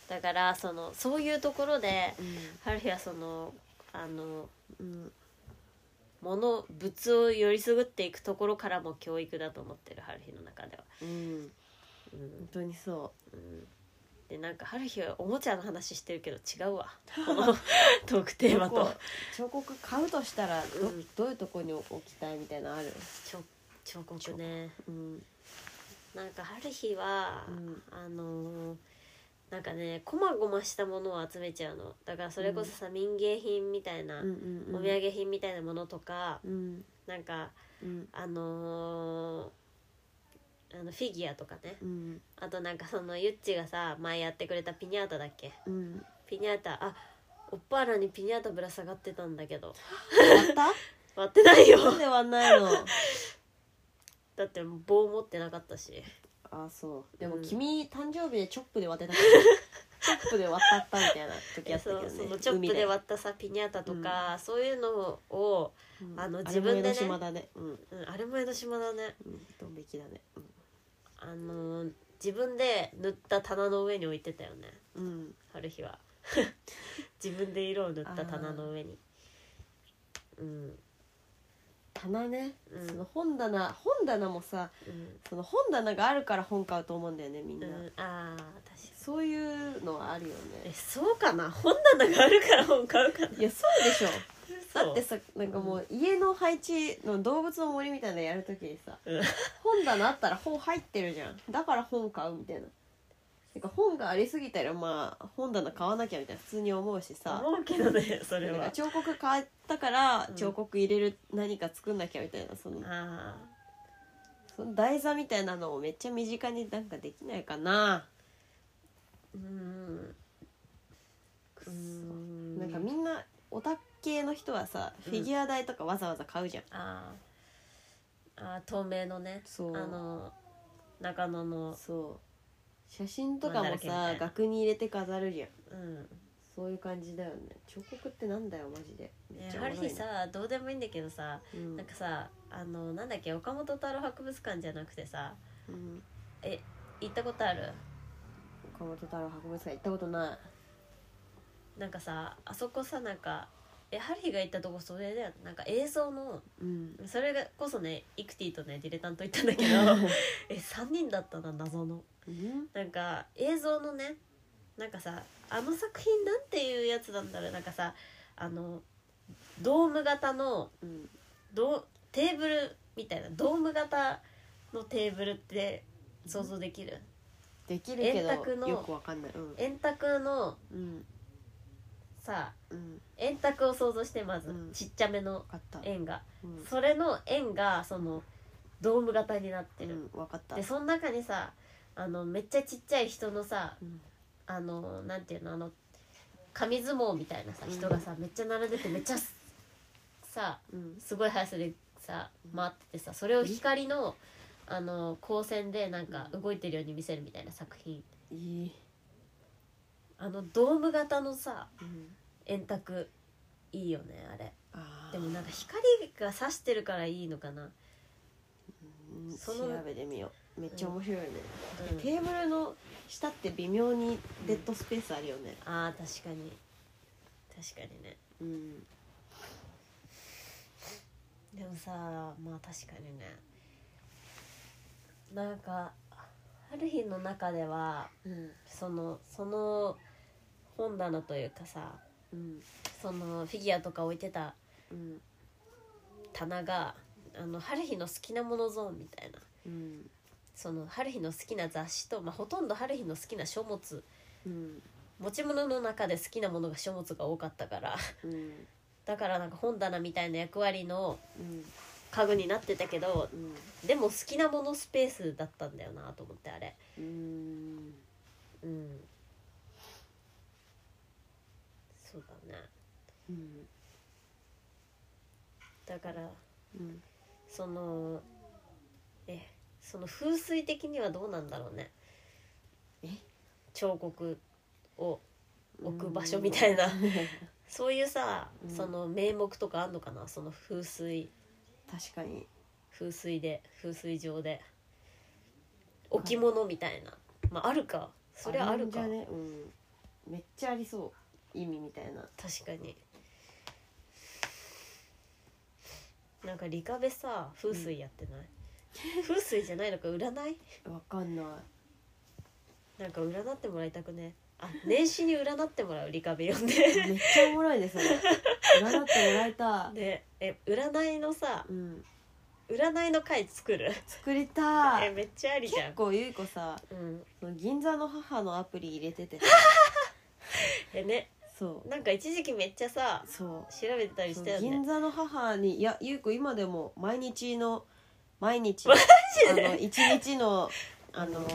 だからそのそういうところでハルヒはそのあのうん物物をよりすぐっていくところからも教育だと思ってる春日の中では。うんうん本当にそうん、でなんか春日はおもちゃの話してるけど違うわこ のトークテーうマどとこ彫刻買うとしたらど,、うんどういうとこに置きたいみたいなのある彫彫刻ねうんなんか春日は、うんあのーなんかねこまごましたものを集めちゃうのだからそれこそさ、民芸品みたいな、うんうんうんお土産品みたいなものとかうんなんかうんあのーあのフィギュアとかねうんあとなんかそのゆっちがさ前やってくれたピニャータだっけうんピニャータあおっぱらにピニャータぶら下がってたんだけど終わっ割ってな いよたなんで終わんないのだって棒持ってなかったしあそうでもうん君、誕生日でチョップで割ってたからチョップで割ったったみたいな時あったけそどうねそのチョップで割ったさピニャータとか、そういうのを、海であのうん自分でねあれも江ノ島だねうんうん、あれも江ノ島だねうんドン引きだねあのー自分で塗った棚の上に置いてたよねうん春日は 自分で色を塗った棚の上にうん棚ね、うんその本棚本棚もさうん、その本棚があるから本買うと思うんだよねみんうな、ん、ああ確かにそういうのはあるよえねそうかな 本棚があるから本買うかないやそうでしょそうだってさなんかもう家の配置の動物の森みたいなのやるときにさうん本棚あったら本入ってるじゃんだから本買うみたいななんか本がありすぎたらまあ本棚買わなきゃみたいな普通に思うしさ思うけ どねそれなんかは彫刻買ったからうん彫刻入れる何か作んなきゃみたいなそのあその台座みたいなのをめっちゃ身近になんかできないかなーうんくうそんなんかみんなオタク系の人はさうフんィギュア台とかわざわざ買うじゃん、あーあー透明のねそうあの中野のそう写真とかまあもだらけみたさいな額に入れて飾るじゃんうんそういう感じだよね彫刻ってなんだよマジでめっねちゃあおるもろい日なさどうでもいいんだけどさ、うんなんかさあのなんだっけ岡本太郎博物館じゃなくてさうんえ行ったことある岡本太郎博物館行ったことななんかさあそこさなんかえハリーが行ったとこそれだよなんか映像のうんそれがこそねイクティとねディレタント行ったんだけどえ3人だったな謎のなんか映像のねなんかさあの作品なんていうやつなんだろうなんかさあのドーム型の うんドーテーブルみたいなドーム型のテーブルって想像できる、できるけ円卓のどよくわかんないうん円卓のうんさうん円卓を想像してまず、うんちっちゃめのわかった円が、うんそれの円がそのドーム型になってうる、んわかったでその中にさあのめっちゃちっちゃい人のさうんあのなんていうのあの紙相撲みたいなさ人がさ、めっちゃ並んでてめっちゃすさうんすごい速さでさ回っててさそれを光のあの光線でなんか動いてるように見せるみたいな作品いいあのドーム型のさうん円卓いいよねあれあーでもなんか光が差してるからいいのかな、うんその調べてみようめっちゃ面白いねうんテーブルの下って微妙にデッドスペースあるよねあー確かに確かにねうんでもさまあ確かにねなんかある日の中ではうんそのその本棚というかさうんそのフィギュアとか置いてたうん棚があの春日の好きなものゾーンみたいなうんその春日の好きな雑誌と、まあ、ほとんど春日の好きな書物うん持ち物の中で好きなものが書物が多かったから うんだからなんか本棚みたいな役割のうん家具になってたけどうんでも好きなものスペースだったんだよなと思ってあれうんうんそうだねうんだからうんそのえその風水的にはどうなんだろうねえ彫刻を置く場所みたいなそういうさ、うんその名目とかあんのかなその風水確かに風水で風水上で置物みたいな、まあ、あるかそれはあるかんじゃねうんめっちゃありそう意味みたいな確かになんかリカベさ風水やってない、風水じゃないのか占いわかんないなんか占ってもらいたくねあ年始に占ってもらうリカベ呼 んでめっちゃおもろいですね占ってもらいたいでえ占いのさうん占いの会作る作りえたいめっちゃありじゃん結、構ゆいこさうん、その銀座の母のアプリ入れててえねそうなんか一時期めっちゃさそう調べてたりしたよね銀座の母にいやゆうこ今でも毎日の毎日ジであの一日のあの、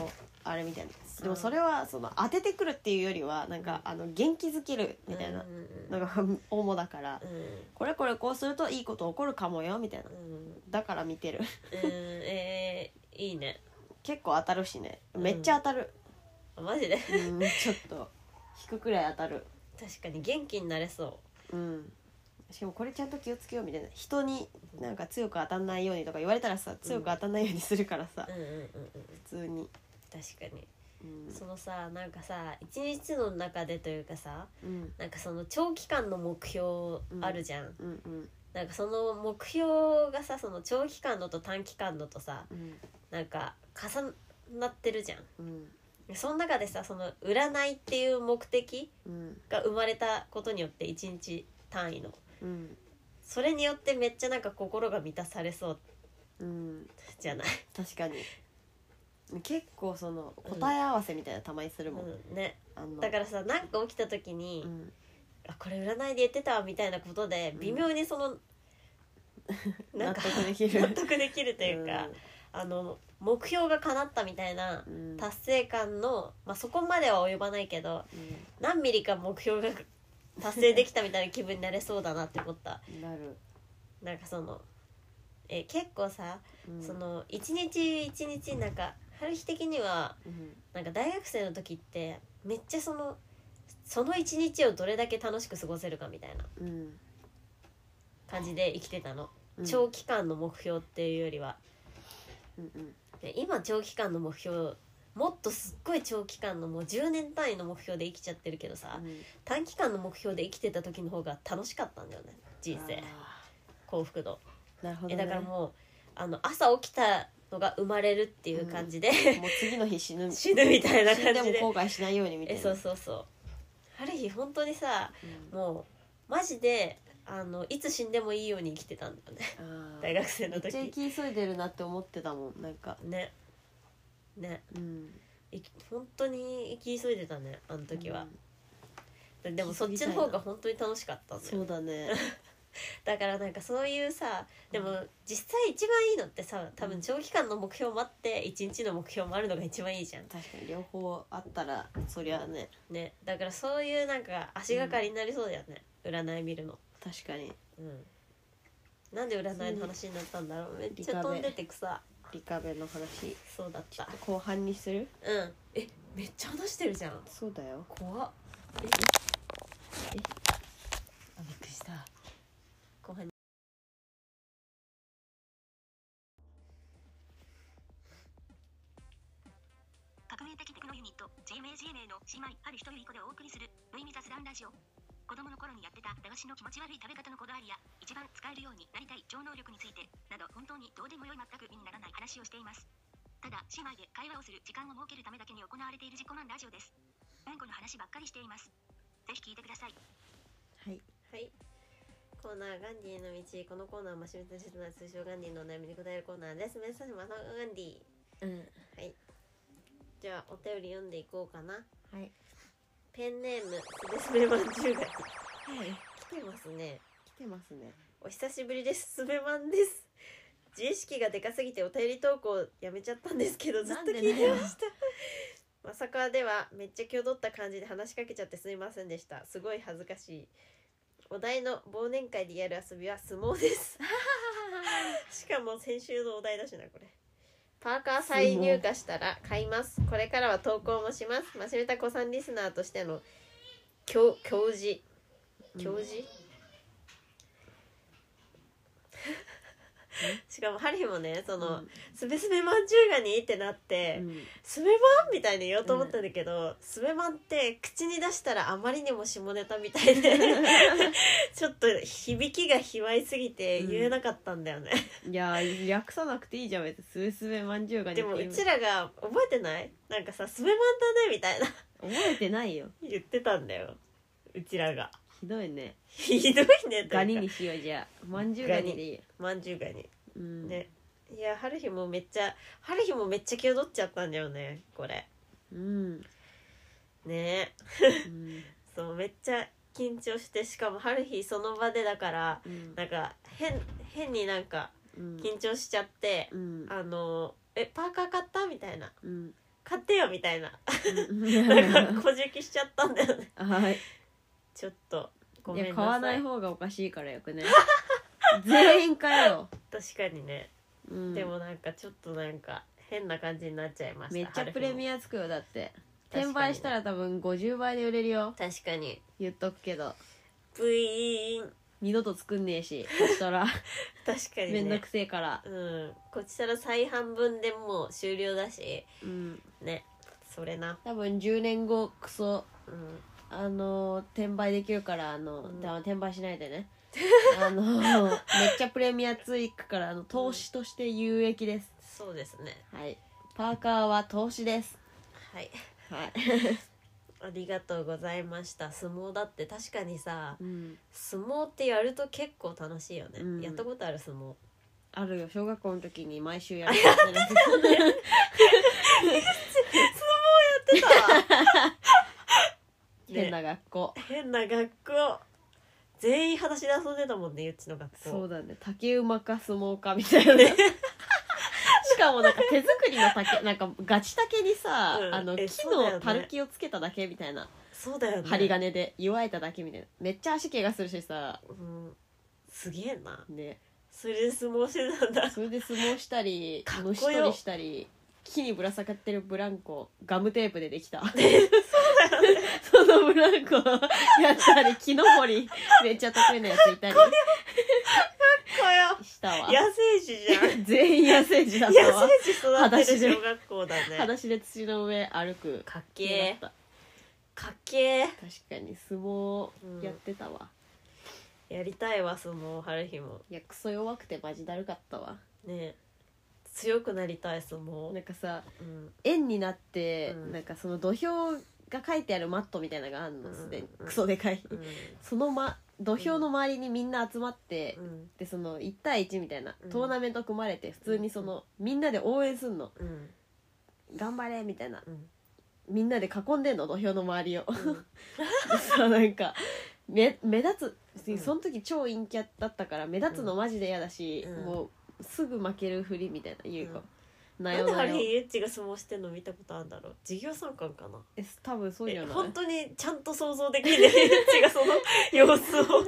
あれみたいなでもそれはその当ててくるっていうよりはなんか、あの元気づけるみたいなうんのが主だから、うんこれこれこうするといいこと起こるかもよみたいなうんうんだから見てる うんえー、いいね結構当たるしねめっちゃ当たる、あマジで うん、ちょっと引くくらい当たる確かに元気になれそうんしかもこれちゃんと気をつけようみたいな人になんか強く当たんないようにとか言われたらさ強く当たんないようにするからさう、うんうんうんうん、普通に確かにうんそのさなんかさ一日の中でというかさうんなんかその長期間の目標あるじゃん、うんうんなんかその目標がさその長期間のと短期間のとさうんなんか重なってるじゃんうんその中でさその占いっていう目的うんが生まれたことによって1日単位のうんそれによってめっちゃなんか心が満たされそううんじゃない、確かに結構その答え合わせみたいなたまにするもん、うん、ねあのだからさなんか起きた時に、うんあこれ占いで言ってたわみたいなことで微妙に その、なん納か得できる納得できるというか、あの目標が叶ったみたいなうん達成感の、まあ、そこまでは及ばないけど何ミリか目標が達成できたみたいな気分になれそうだなって思ったうんなる、なんかそのえ結構さ、うんその一日一日なんか春日的にはうんなんか大学生の時ってめっちゃそのその一日をどれだけ楽しく過ごせるかみたいなうん感じで生きてたの、うん長期間の目標っていうよりはうんうんで今長期間の目標もっとすっごい長期間のもう10年単位の目標で生きちゃってるけどさ短期間の目標で生きてた時の方が楽しかったんだよね人生あ幸福度ーなるほど、えね、だからもうあの朝起きたのが生まれるっていう感じで、もう次の日死ぬ死ぬみたいな死ん感でじもで後悔しないようにみたい えなそうそうそうある日本当にさうんもうマジであのいつ死んでもいいように生きてたんだよねあー大学生めのっちゃ生時き急いでるなって思ってたもんなんかねねうんいき本当に生き急いでたねあの時は、でもそっ生きち急ぎたいなの方が本当に楽しかったんだそようだねだからなんかそういうさでも実際一番いいのってさ多分長期間の目標もあって一日の目標もあるのが一番いいじゃん確かに両方あったらそりゃあねねだからそういうなんか足がかりになりそうだよね、占い見るの確かにうんなんで占いの話になったんだろうめっリちゃカベ飛んでてくさリカベの話そうだっちょたっと後半にするうんえめっちゃ話してるじゃんそうだよ怖っあびっくりした後半に革命的テクノユニット JMAGMA の姉妹ある一人いい子でお送りする無意味雑談ラジオ子供の頃にやってた駄菓子の気持ち悪い食べ方のこだわりや一番使えるようになりたい超能力についてなど本当にどうでもよい全く意味にならない話をしていますただ姉妹で会話をする時間を設けるためだけに行われている自己満ラジオですうんこの話ばっかりしていますぜひ聞いてくださいはいはいコーナーガンディの道このコーナーはマシュルタシュナ通称ガンディのお悩みに答えるコーナーですメッセージマサガンディうんじゃあお便り読んでいこうかなはいペンネームすべすべまんじゅうが来てますね来てますねお久しぶりです。すべまんです。自意識がでかすぎてお便り投稿やめちゃったんですけど、ずっと聞いてました。まさかではめっちゃ気を取った感じで話しかけちゃってすみませんでした。すごい恥ずかしい。お題の忘年会でやる遊びは相撲 です。しかも先週のお題だしな、これ。パーカー再入荷したら買います。これからは投稿もします。マシュルタコさんリスナーとしての教教示。教授、しかもハリーもねその、すべすべまんじゅうがにってなって、うんすべまんみたいに言おうと思ったんだけど、すべまんって口に出したらあまりにも下ネタみたいで ちょっと響きが卑猥すぎて言えなかったんだよね、 いやー略さなくていいじゃん別にすべすべまんじゅうがにでもうちらが覚えてないなんかさすべまんだねみたいな 覚えてないよ言ってたんだようちらが ひどいねひどいねとガいニうかにしようじゃあまんじゅうガニでいいよまんじゅうがにうんねいや春日もめっちゃ春日もめっちゃ気を取っちゃったんだよねこれうんねうんそうめっちゃ緊張してしかも春日その場でだからうんなんか変変になんかうん緊張しちゃって、うんあの「えパーカー買った?」みたいなうん 「買ってよ」みたいななんかはこじきしちゃったんだよね いちょっとごいめやん買わななさいい方がおかしいからよく ね全員買えよ、確かにね、うん、でもなんかちょっとなんか変な感じになっちゃいましためっちゃプレミアアつくよだって確かに転売したら多分50倍で売れるよ確かに言っとくけどブイーン二度と作んねえしそした ら確かにめんどねくせえから、うんこっちから再販分でもう終了だしうん、ねそれな多分10年後クソうんあのー転売できるからあの、うんだ転売しないで ねあのーめっちゃプレミアついくからあの投資として有益です、そうですねはいパーカーは投資ですはいはい、ありがとうございました相撲だって確かにさうん、相撲ってやると結構楽しいよね、うんやったことある相撲あるよ小学校の時に毎週やるやってたね出た 変 ねな学校変な学校全員裸足で遊んでたもんねゆっちの学校そうだね竹馬か相撲かみた いなしかもなんか手作りの竹なんかガチ竹にさ、うんあのえ木そうだよねのたるきをつけただけみたいな、そうだよね針、金で湯あえただけみたいなめっちゃ足怪我するしさうん、すげえなねそれで相撲してたんだそれで相撲したりかっこよ虫取りしたり木にぶら下がってるブランコガムテープでで きた そのブランコやったり木登りめっちゃ得意なやついたりよしたわ 野生児じゃん全員野生児だっ野たわ生児育ってる小学校だ裸ね足で土の上歩くかっ家けだーっかっけーた確かに相撲やってたわ、やりたいわ相撲春日もいやクソ弱くてマジだるかったわね強くなりたい相撲なんかさうん円になって、うんなんかその土俵が書いてあるマットみたいなのがあるのすでに、クソでかい、うんその、ま、土俵の周りにみんな集まって、うんでその1対1みたいなうんトーナメント組まれて普通にそのみんなで応援すんのうん頑張れみたいなうんみんなで囲んでんの土俵の周りをうんでさなんか目目立つうんその時超陰キャだったから目立つのマジで嫌だし、うんもうすぐ負けるふりみたいな優子、ななんよでな春よ日ゆっちが相撲してんの見たことあるんだろう授業参観かなえ多分そうじゃえない本当にちゃんと想像でき ないゆっちがその様子を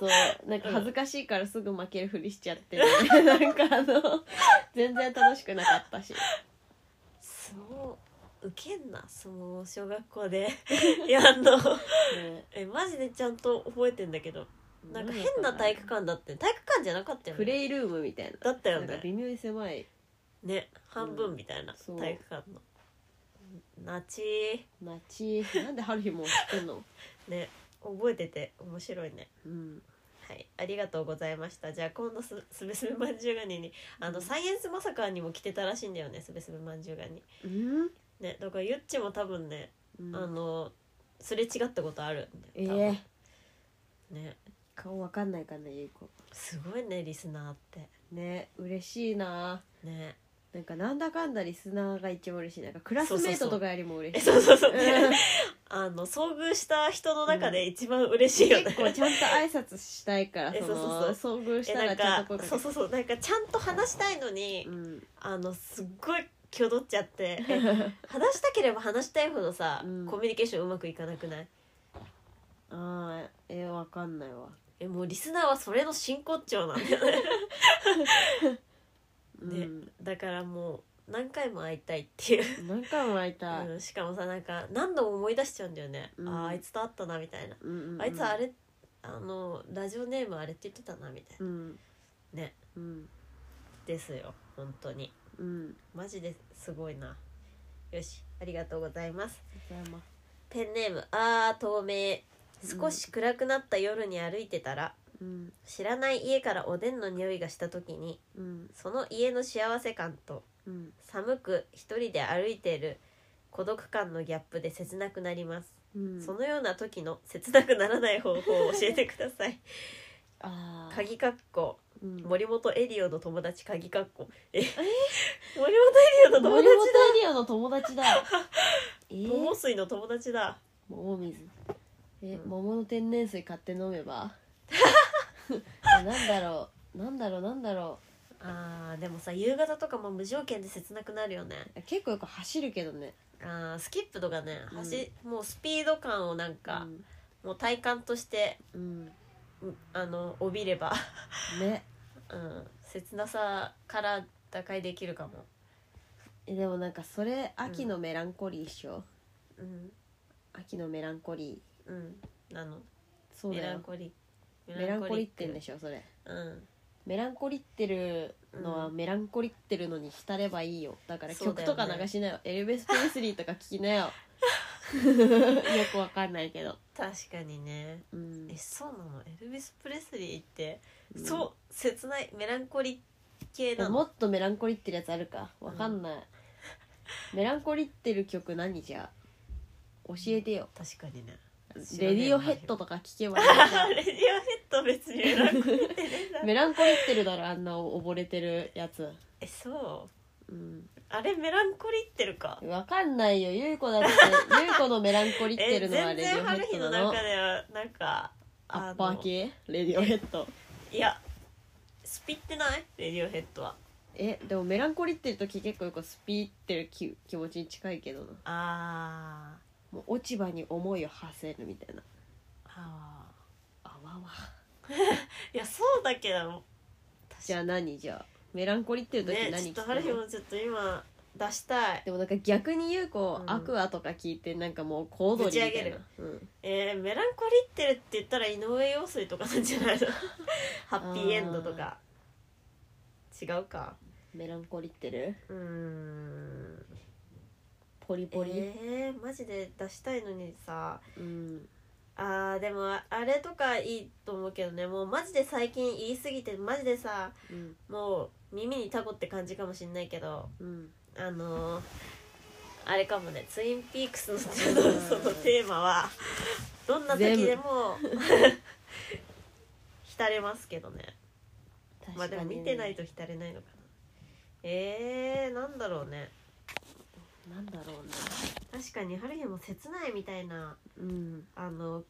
そうなんか恥ずかしいからすぐ負けるふりしちゃって、ね、なんかあの 全然楽しくなかったし相撲受けんな相撲を小学校 でやんのねえマジでちゃんと覚えてんだけどなんか変な体育館だって体育館じゃなかったよプねレイルームみたいだったなよなんかね微妙に狭いね半分みたいな、そう体育館のなち街なんで春日も知ってんのね覚えてて面白いねうんはいありがとうございましたじゃあ今度すすべすべまんじゅうがににあうの、んサイエンスまさかにも来てたらしいんだよねすべすべまんじゅうがにうん、ねだからゆっちも多分ね、うんあのすれ違ったことあるんだよええ多分ね顔わかんないかなゆい子すごいねリスナーってね嬉しいなねなんかなんだかんだリスナーが一番嬉しいなんかクラスメートとかよりも嬉えしいそうそうそう、うんあの遭遇した人の中で一番嬉しいよね、結構ちゃんと挨拶したいからえそそうそうの遭遇しえたならんちゃんと声かかけそうそうそうなんかちゃんと話したいのに、うんあのすっごい気を取っちゃってえ 話したければ話したいほどさ、うんコミュニケーションうまくいかなくないああえーわかんないわ、えもうリスナーはそれの真骨頂 なんだよねねうんだからもう何回も会いたいっていう、何回も会いたい、うんしかもさなんか何度も思い出しちゃうんだよね、うんあーあいつと会ったなみたいな、うんうんうんあいつあれあのラジオネームあれって言ってたなみたいなうんねうんですよ本当にうんマジですごいなよしありがとうございますじゃあまあペンネームあー透明うん少し暗くなった夜に歩いてたら、うん知らない家からおでんの匂いがした時にうんその家の幸せ感とうん寒く一人で歩いている孤独感のギャップで切なくなります、うんそのような時の切なくならない方法を教えてくだ さいあー鍵括弧うん森森本エリオの友達鍵括弧え森本エリオの本友エ達リオの友達だえー、だ桃水の友達だ桃水え、うん桃の天然水買って飲めば えなんだろうなんだろうなんだろあーでもさ夕方とかも無条件で切なくなるよねう結構よく走るけどねあースキップとかね、うん走もうスピード感をなんかう、んもう体感としてうん、うあの帯びれば、ねうん、切なさから打開できるかも、えでもなんかそれ秋のメランコリーっしょ、うん秋のメランコリうん、なのーそうメだランよコリメランコリってんでししょそれょ、うん、メランコリってるのはうんメランコリってるのに浸ればいいよだからそうだ曲よとねか流しなよエルベス・プレスリーとか聴きな よよくわかんないけど、確かにねうんえ、そうなのエルビス・プレスリーって、うんそう切ないメランコリ系なものっとメランコリってるやつあるかわかんない、メランコリってる曲何じゃ教えてよ確か にねレディオヘッドとか聴けばいいあレディオヘッド別にメランコリってねメランコリってるだろあんな溺れてるやつ、 えそううん、あれメランコリってるかわかんないよゆいこ だってゆいこのメランコリってえるのは全レディ然オヘ春日ッのドなの中ではなんかアあのッパー系レディオヘッドいやスピってないレディオヘッドはえでもメランコリってる時結構よくスピーってる気気持ちに近いけどなあーもう落ち葉に思いを馳せるみたいなああわわーいやそうだけどじゃあ何じゃあメランコリってる時ねちょ何っ聞とくの、春日もちょっと今出したいでもなんか逆に言うこううんアクアとか聞いてなんかもう小躍ぶりち上みたげいるな、うん、えーメランコリってるって言ったら井上陽水とかなんじゃないの ハッピーエンドとか違うかメランコリってるうーんポリポリ、えー、マジで出したいのにさうんあーでもああれとかいいと思うけどねもうマジで最近言い過ぎてマジでさうんもう耳にタコって感じかもしんないけどうんあのーあれかもねツインピークスのん そのテーマはどんな時でも浸れますけどね確まあでもかにね見てないと浸れないのかなえー、なんだろうねなんだろうね確かに春日も切ないみたいなうんあの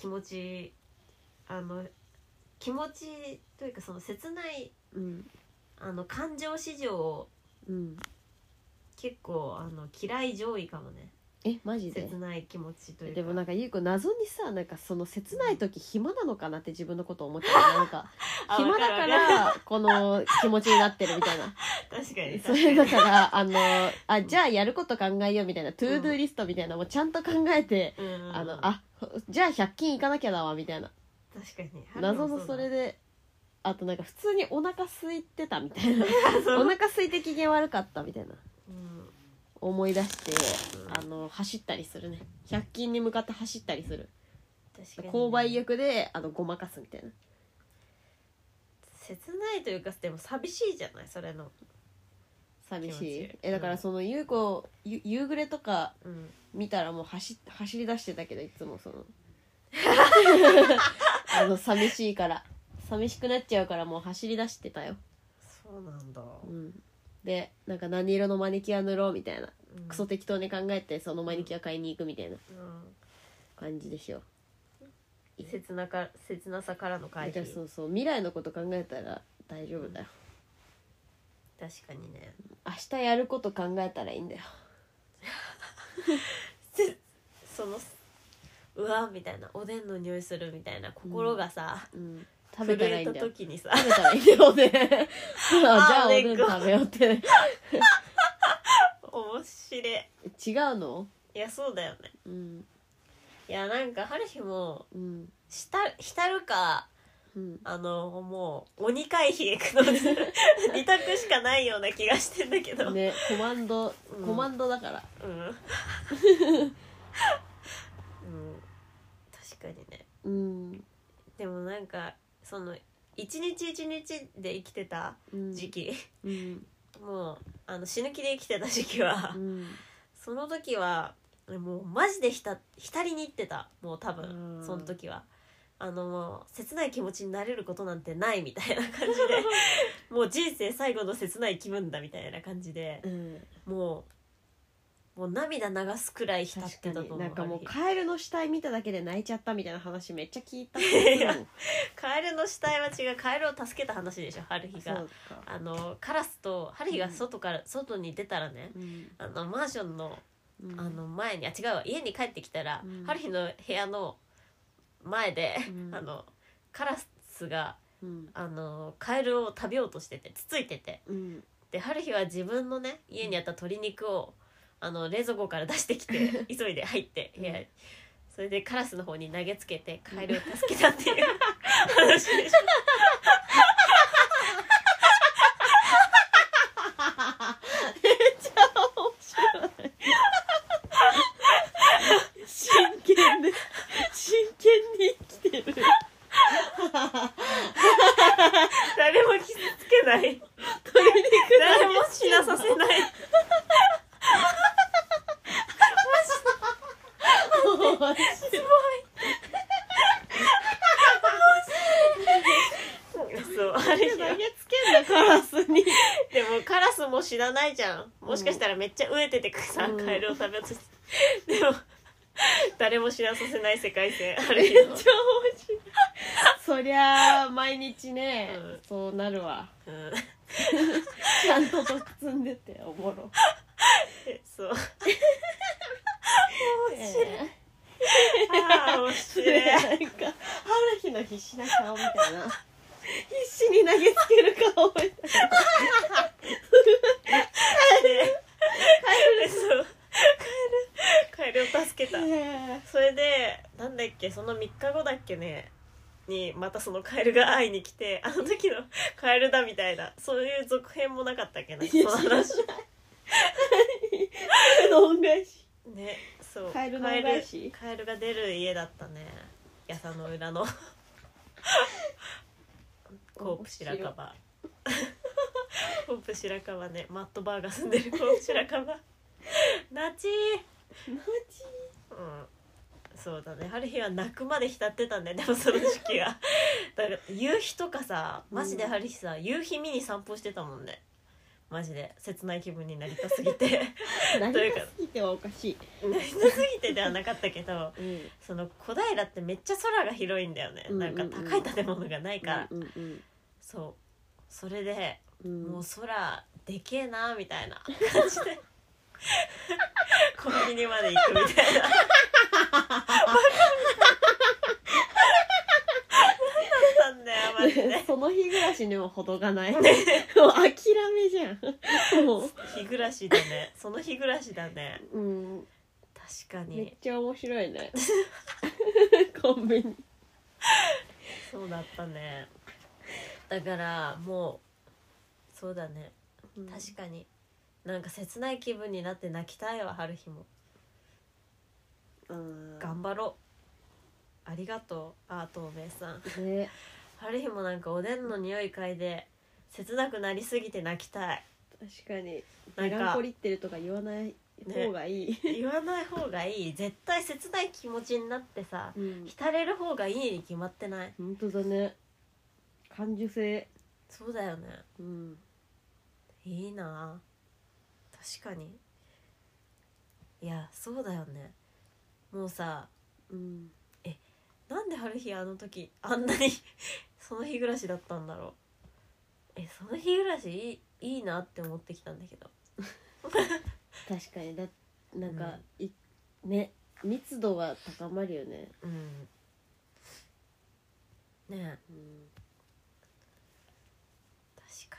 気持ちあの気持ちというかその切ないうんあの感情市場をうん結構あの嫌い上位かもねえマジで切ない気持ちというかでもなんかゆうこ謎にさなんかその切ない時暇なのかなって自分のこと思っちゃうなんか あ暇だかわるわるらこの気持ちになってるみたいな確かにそ確かれにだからあのあじゃあやること考えようみたいなトゥードゥーリストみたいなのもちゃんと考えてうんあのあじゃあ100均行かなきゃだわみたいな確かに謎のそれでであとなんか普通にお腹空いてたみたいなお腹空いて機嫌悪かったみたいなうん思い出してうんあの走ったりするね100均に向かって走ったりする確かに購買意欲であのごまかすみたいな切ないというかでも寂しいじゃないそれの寂し気持いちいいえだからその優子ゆ夕暮れとかうん見たらもう走走り出してたけどいつもその あの寂しいから寂しくなっちゃうからもう走り出してたよ、そうなんだ、うん、でなんか何色のマニキュア塗ろうみたいなうんクソ適当に考えてそのマニキュア買いに行くみたいなうん感じでしょ切なか切なさからの回だから避そうそう未来のこと考えたら大丈夫だよ確かにね明日やること考えたらいいんだよそのうわみたいなおでんの匂いするみたいな心がさ、うん食べたらいいんだよ震えた時にさ 食べたらいいんだ よねそうじゃああおーでおでんんか食べようってね面白い違うのいやそうだよねうんいやなんか春日もうんした浸るかうんあのもう鬼回避へ行 くのに二択しかないような気がしてんだけど、ねコマンドうんコマンドだからうん、うん、確かにねうん、でもなんかその一日一日で生きてたうん、時期、うんもうあの死ぬ気で生きてた時期は、うんその時はもうマジでひた浸りに行ってたもう多分うんその時はあのもう切ない気持ちになれることなんてないみたいな 感じでもう人生最後の切ない気分だみたいな感じで うんもうもう涙流すくらい浸っ確てかたと思にうなんかもうある日カエルの死体見ただけで泣いちゃったみたいな話めっちゃ 聞いた気がするもんカエルの死体は違うカエルを助けた話でしょ春日そがうかあのカラスと春日が外から、外に出たらねうんあのマンションのうんあの前にあ違うわ家に帰ってきたら、うん春日の部屋の前で、うんあのカラスがうんあのカエルを食べようとしててつついててうんで春日は自分のね家にあった鶏肉をあの冷蔵庫から出して きて急いで入って部屋に、うんそれでカラスの方に投げつけてカエルを助けたっていう話でしょ 真剣で真剣に生きてる誰も傷つけない鶏肉誰も死なさせない面白いそう春日は 投げつけんだカラスにでもカラスも知らないじゃんもしかしたらめっちゃ飢えててさ、うんカエルを食べようとしてでも誰も知らさせない世界線あるめっ日ちゃの面白いそりゃあ毎日ね、うんそうなるわうんちゃんと毒積んでておもろそう面白いああ面白いなんか春日の必死な顔みたいな必死に投げつける顔みたいなでたそれでなんだっけその3日後だっけねにまたそのカエルが会いに来てあの時の カエルだみたいなそういう続編もなかったっけなその話の恩返しねそうカエルの恩返しカエルカエルが出る家だったね矢佐の裏 のコープ白樺 コープ白樺ねマットバーが住んでるコープ白樺 ナチーマうん、そうだね春日は泣くまで浸ってたんだよでもその時 期はだから夕日とかさマジで春日さ、夕日見に散歩してたもんねマジで切ない気分になりたす ぎてジなといりうかたすぎてはおかしい、なりたすぎてではなかったけどうん、その小平ってめっちゃ空が広いんだよね、うんうんうんなんか高い建物がないから、うんうんそうそれでうんもう空でけえなみたいな感じでコンビニまで行くみたいなバカみたいな何だったんだよマジでその日暮らしにも程がないもう諦めじゃ んも日暮らしだねその日暮らしだねう、うん、確かめっにちゃ面白いね コンビニそうだったねだからもうそうだね確かになんか切ない気分になって泣きたいわ春日もうん頑張ろうありがとうアートおめえさんねある日もなんかおでんの匂い嗅いで切なくなりすぎて泣きたい確かになんメかランコリってるとか言わない方がいい、言わない方がいい絶対切ない気持ちになってさうん浸れる方がいいに決まってない本当だね感受性そうだよねうんいいな確かにいやそうだよねもうさうんなんで春日あの時あんなに その日暮らしだったんだろうえその日暮らしいいいいなって思ってきたんだけど確かにだなんか、いね密度は高まるよね、うんねえうん、確か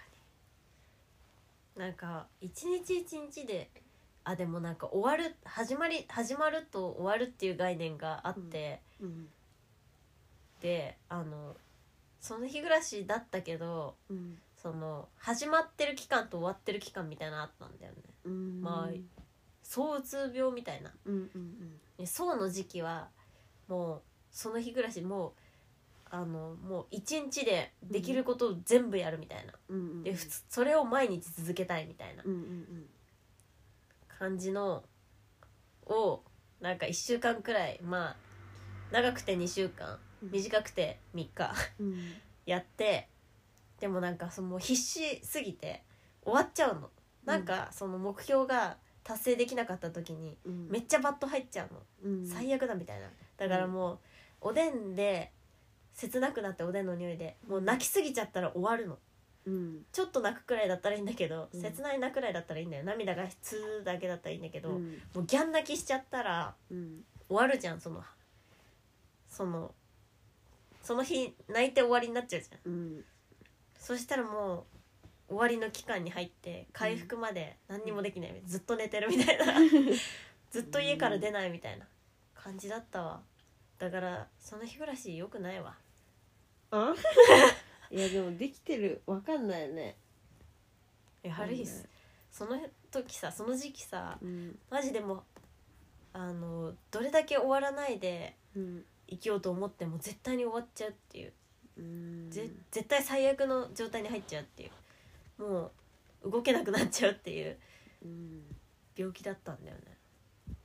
になんか一日一日であでもなんか終わる始まり始まると終わるっていう概念があって、うんであのその日暮らしだったけどうんその始まってる期間と終わってる期間みたいなのあったんだよねうんまあ躁うつ病みたいなうんうんで躁の時期はもうその日暮らしもうあのもう一日でできることを全部やるみたいな、うんうんうんで普通それを毎日続けたいみたいなうんうん感じのをなんか1週間くらいまあ長くて2週間うん短くて3日 うんやってでもなんかそのもう必死すぎて終わっちゃうのなんかその目標が達成できなかった時にうんめっちゃバット入っちゃううのん最悪だみたいなだからもうおでんで切なくなっておでんの匂いでもう泣きすぎちゃったら終わるのうんちょっと泣くくらいだったらいいんだけどうん切ない泣くくらいだったらいいんだよ涙が普通だけだったらいいんだけど、うんもうギャン泣きしちゃったらうん終わるじゃんそのそのその日泣いて終わりになっちゃうじゃうんんそしたらもう終わりの期間に入って回復まで何にもできない、ずっと寝てるみ たいなずっと家から出ないみたいな感じだったわだからその日暮らし良くないわあいやでもできてるわかんないよねやはりその時さその時期さうんマジでもうあのどれだけ終わらないでうん生きようと思っても絶対に終わっちゃうっていううんぜ絶対最悪の状態に入っちゃうっていうもう動けなくなっちゃうっていううん病気だったんだよね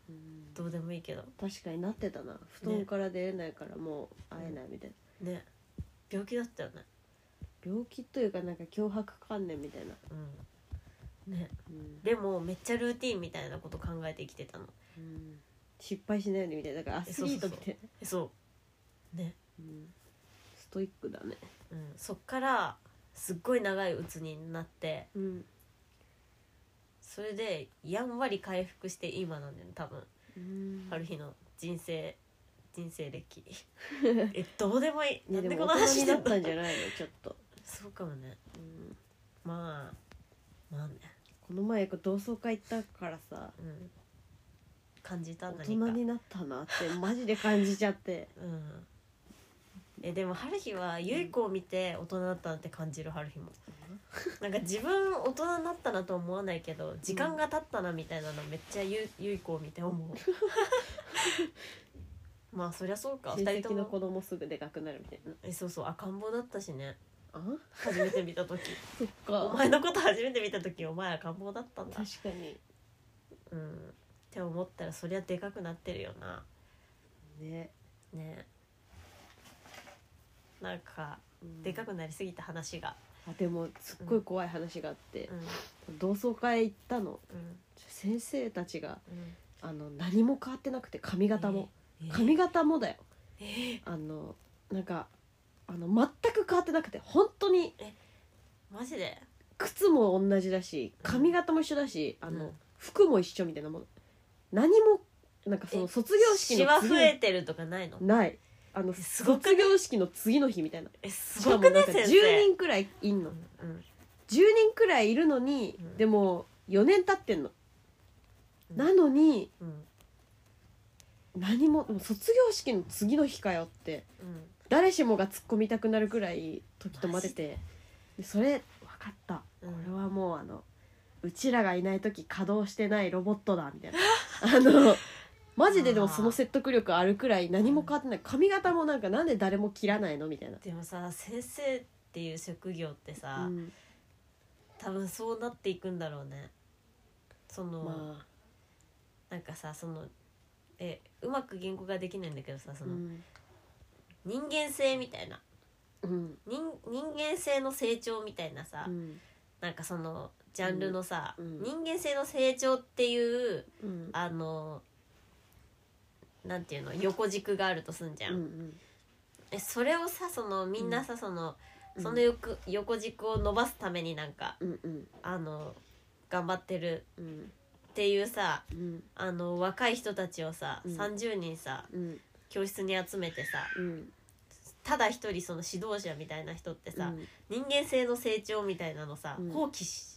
うんどうでもいいけど確かになってたな布団から出れないからもう会えないみたいな、ね病気だったよね病気というかなんか脅迫観念みたいな、うんねうんでもめっちゃルーティンみたいなこと考えて生きてたのうん失敗しないようにみたいなだからアスリートみたいなえそうねうんストイックだねうんそっからすっごい長い鬱になってうんそれでやんわり回復して今なんだよね多分うんある日の人生人生 歴えどうでもいいねなんででもこの大人話にしてなんっのたんじゃないのちょっと、そうかもねうんまあまあねこの前同窓会行ったからさうん感じた大何か人になったなってマジで感じちゃってうんえでも春日はゆい子を見て大人だったなって感じる春日も、なんか自分大人になったなと思わないけど時間が経ったなみたいなのめっちゃゆゆい子を見て 思うまあそりゃそうか親二戚人とのも子供すぐでかくなるみたいなえそうそう赤ん坊だったしねあ初めて 見た時そっおか前のこと初めて見た時お前赤ん坊だったんだ確かにうんって思ったらそりゃでかくなってるよなね、ねなんかうんでかくなりすぎた話が、あでもすっごい怖い話があってう、ん同窓会行ったのうん先生たちがうん、あの何も変わってなくて髪型も、えー髪型もだよえーあのなんかあの全く変わってなくて本当にマジで靴も同じだし髪型も一緒だし、あうのん服も一緒みたいなもの何もなんかその卒業式シのワ次の増えてるとかないのないあのすごく卒業式の次の日みたいなえすしかごもくなねんか10先生人くらいいんのうんうん10人くらいいるのに、うんでも4年経ってんの、うんなのにうん何ももう卒業式の次の日かよってうん誰しもが突っ込みたくなるくらい時とまれてでそれ分かったうんこれはもうあのうちらがいない時稼働してないロボットだみたい なあのマジででもその説得力あるくらい何も変わってない髪型もなんかなんで誰も切らないのみたいな、でもさ先生っていう職業ってさ、うん多分そうなっていくんだろうねその、まなんかさそのえうまく言語ができないんだけどさあそうの、ん、人間性みたいなうん人人間性の成長みたいなさ、うんなんかそのジャンルのさ、うん人間性の成長っていううんあのなんていうの横軸があるとすんじゃん、うんえそれをさそのみんなさ、そのうんその横横軸を伸ばすためになんかうんうんあの頑張ってるうんっていうさうんあの若い人たちをさ、うん30人さうん教室に集めてさうんただ一人その指導者みたいな人ってさ、うん人間性の成長みたいなのさ、うん放棄し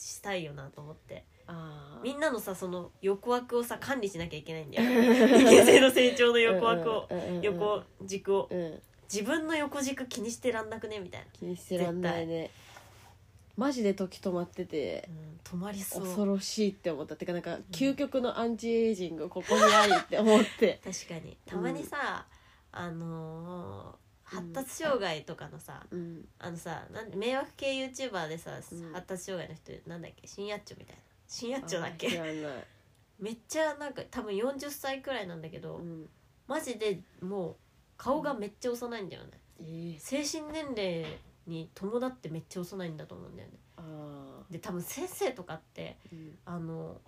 したいよなと思ってあーみんなのさその横枠をさ管理しなきゃいけないん だよ人間性の成長の横枠をうんうんうんうん横軸をうん自分の横軸気にしてらんなくねみたいな、気にしてらんないねマジで時止まっててうん、止まりそう恐ろしいって思ったてかなんか究極のアンチエイジングここにありって思って確かにたまにさ、あのー発達障害とかのさ、うんあのさなん迷惑系 YouTuber でさ、うん発達障害の人なんだっけ新やっちょみたいな新やっちょだっあ知けらない、めっちゃなんか多分40歳くらいなんだけど、うん、マジでもう顔がめっちゃ幼いんだよね、えー、精神年齢に伴ってめっちゃ幼いんだと思うんだよねあで多分先生とかってー、うんあの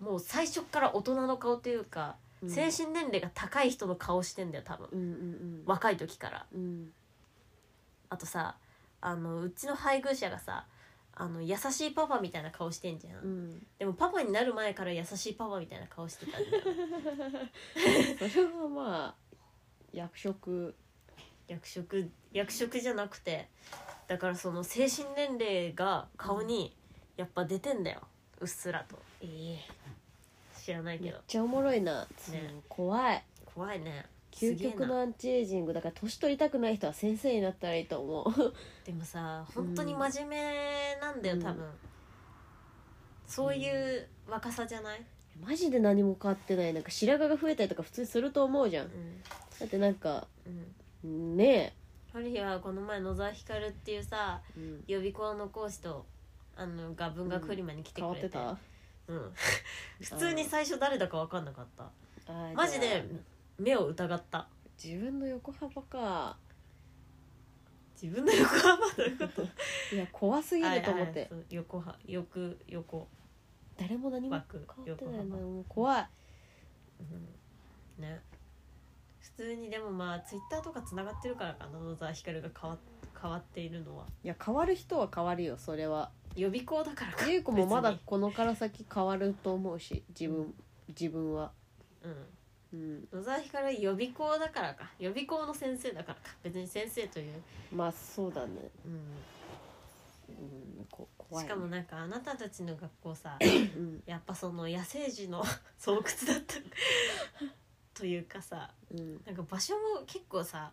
もう最初から大人の顔というか、うん、精神年齢が高い人の顔してんだよ多分うんうんうん若い時からうんあとさあのうちの配偶者がさあの優しいパパみたいな顔してんじゃん、うん、でもパパになる前から優しいパパみたいな顔してたんだよそれはまあ役職役職役職じゃなくてだからその精神年齢が顔にやっぱ出てんだようっすらとえ知らないめけっどちゃおもろいな、ね怖い怖いね究極のアンチエイジングだから年取りたくない人は先生になったらいいと思うでもさ本当に真面目なんだよ、うん多分そういう若さじゃない、 マジで何も変わってないなんか白髪が増えたりとか普通にすると思うじゃんうんだってなんかうん、ねある日はこの前野沢ひかるっていうさえ、うん、予備校の講師とあのが文学フリマに来て変くわれ、っててたあうん 普通に最初誰だか分かんなかったーマじジゃで目を疑ったあ自分の横幅か自分の横幅どういうこと いや怖すぎると思って、はいはいそう横は横横、誰も何も枠変わってないな横幅もう怖いうん、ね普通にでもまあツイッターとかつながってるからかな野沢ひかるが変わ変わっているのはいや変わる人は変わるよそれは予備校だからか優子もまだ別このから先変わると思うし自分、自分はにうんうん、野沢ひかる予備校だからか予備校の先生だからか別に先生という、まあそうだねうん、うん、こ怖いしかもなんかあなたたちの学校 さうんやっぱその野生児の 巣窟だったというかさうんなんか場所も結構さ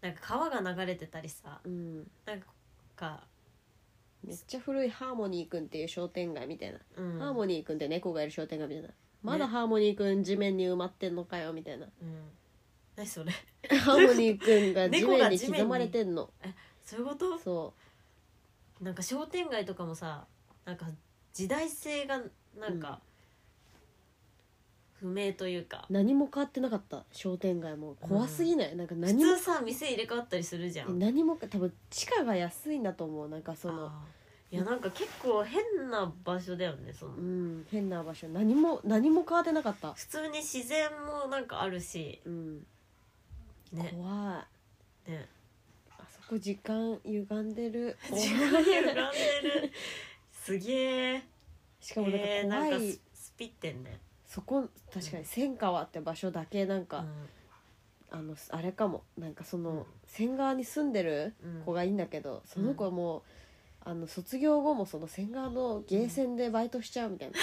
なんか川が流れてたりさうんなんか、めっちゃ古いハーモニーくんっていう商店街みたいな、うん、ハーモニーくんって猫がいる商店街みたいなまだハーモニーくん地面に埋まってんのかよみたい なうん、何それ ハーモニーくんが地猫が面地に面に刻まれてんのそういうことそなんか商店街とかもさなんか時代性がなんか不明というかう、何も変わってなかった商店街も怖すぎない、なんか何普も通さ店入れ替わったりするじゃん何もか多分地下が安いんだと思うなんかそのあーいやなんか結構変な場所だよねそのうん変な場所何も何も変わってなかった、普通に自然もなんかあるしうん、怖いねあねそこ時間歪んで る怖い自分で恨んでるすげえしかもなんかえーなん怖かい、ススピってんねそこ確かに千川って場所だけなんか、あのあれかもなんかその千川に住んでるうんうん子がいいんだけど、その子はもうあの卒業後もその千川のゲーセンでバイトしちゃうみたい な、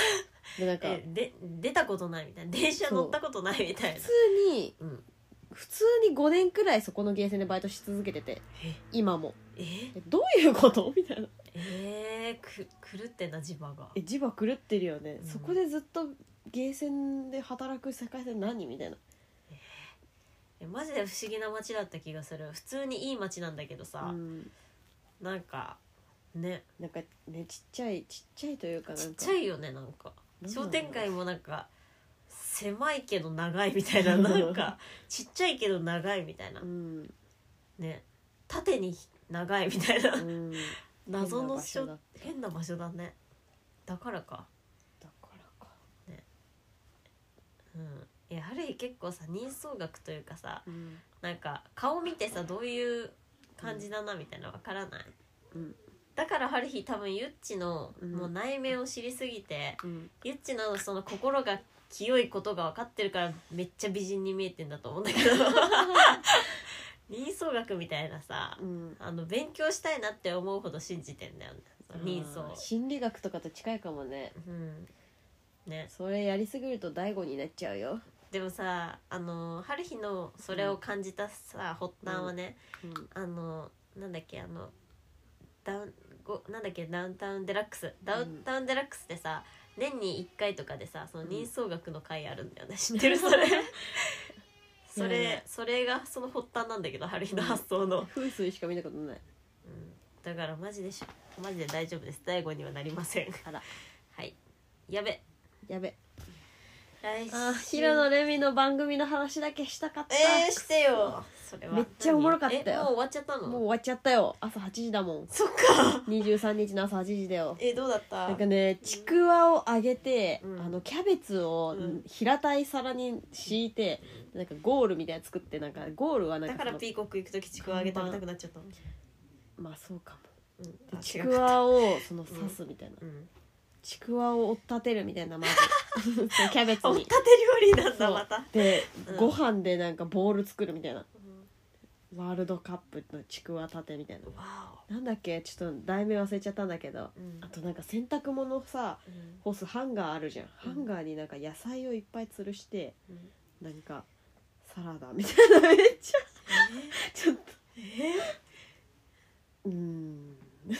でなんかえで出たことないみたいな電車乗ったことないみたい普な通にうん普通に5年くらいそこのゲーセンでバイトし続けててえ今もええどういうこと みたいなえー、く狂ってんな磁場がえ磁場狂ってるよね、うんそこでずっとゲーセンで働く世界線何みたいなえマジで不思議な街だった気がする普通にいい街なんだけどさう、んなんかねなんかねちっちゃいちっちゃいというかなんかちっちゃいよねなんかなんだろ商う店街もなんか狭いけど長いみた いななんかちっちゃいけど長いみたいなうん、ね縦に長いみたいなうん、謎変なの場所だ書った変な場所だねだからかだからか、うんいやある日結構さ人相学というかさうんなんか顔見てさどういう感じだなみたいなのわからない、うんだから春日多分ゆっちのうんもう内面を知りすぎて、うん、ゆっちのその心が清いことが分かってるからめっちゃ美人に見えてんだと思うんだけ ど人相学みたいなさうん、あの勉強したいなって思うほど信じてんだよね人相あー心理学とかと近いかもねうんねそれやりすぎると醍醐になっちゃうよ、でもさあの春日のそれを感じたさ、発端はね、うん、あのなんだっけあのダウンごなんだっけダウンタウンデラックスダウンタウンデラックスでさ、年に1回とかでさその人相学の回あるん だよね、知ってるそれそれ、ねそれがその発端なんだけど春日のうん発想の、風水しか見たことないうんだからマジでしょマジで大丈夫です第5にはなりませんあらはいやべやべ来週あー平野レミの番組の話だけしたかった、えー、してよそれはめっちゃおもろかったよ何えもう終わっちゃったのもう終わっちゃったよ朝8時だもんそっか23日の朝8時だよえどうだったなんかねちくわを揚げて、うんあのキャベツをうん平たい皿に敷いて、なんかゴールみたいなの作ってなんかゴールはなんだかそからのピーコック行く時ちくわあげ食べたくなっちゃったのまあそうかもうんあち違うくわをその刺すみたいな、うんちくわを追っ立てるみたいなま ずそのキャベツあ追っに立て料理なんだそうまたで、うんご飯でなんかボール作るみたいなワールドカップのちくわ立てみたいなわなんだっけちょっと題名忘れちゃったんだけどおうんあとなんか洗濯物さうん干すハンガーあるじゃん、うんハンガーになんか野菜をいっぱい吊るしてうんなんかサラダみたい なめっちゃちょっとえーうーん マ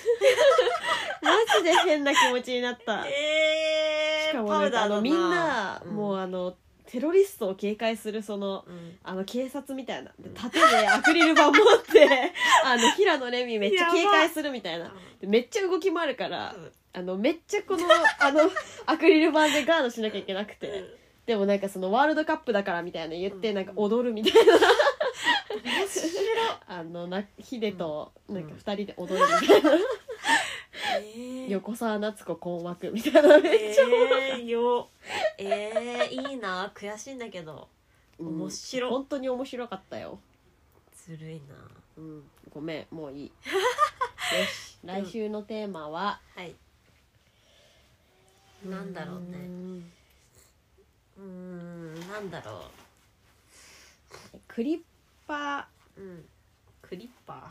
ジで変な気持ちになったえしかーもパなウんかダあーだのなみんなうんもうあのテロリストを警戒するそのうんあの警察みたいなでうん盾でアクリル板持って あの平野レミめっちゃ警戒するみたいなでめっちゃ動きもあるからあのめっちゃ このあのアクリル板でガードしなきゃいけなくてでもなんかそのワールドカップだからみたいな言ってうんなんか踊るみたいな面白いあのなヒデとうんなんか2人で踊るみたいなえ ー横澤夏子困惑みたいなめっちゃえーよえーいいな悔しいんだけど面うん白い本当に面白かったよずるいなうん、ごめんも ういいよし来週のテーマは、はいなんだろうねんうーんなんだろクリッパううんクリッパーー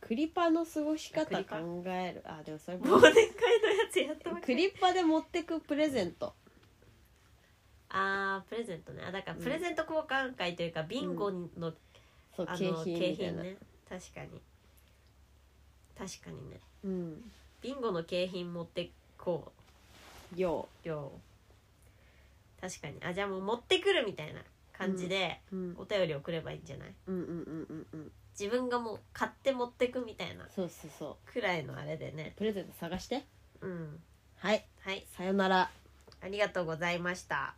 クリパの過ごしクリ方パ考えるあでもそれ忘も年会のやつやったばっか クりリパで持ってくプレゼントあープレゼントねあだからプレゼント交換会というか、ビンゴのそうあ景の品景みたい品な、ね確かに確かにねうんビンゴの景品持ってこようよう確かにあじゃあもう持ってくるみたいな感じでう、うん、お便り送ればいいんじゃない、うんうんうんうんうん自分がもう買って持ってくみたいなそうそうそうくらいのあれでねプレゼント探してうんはいはいさよならありがとうございました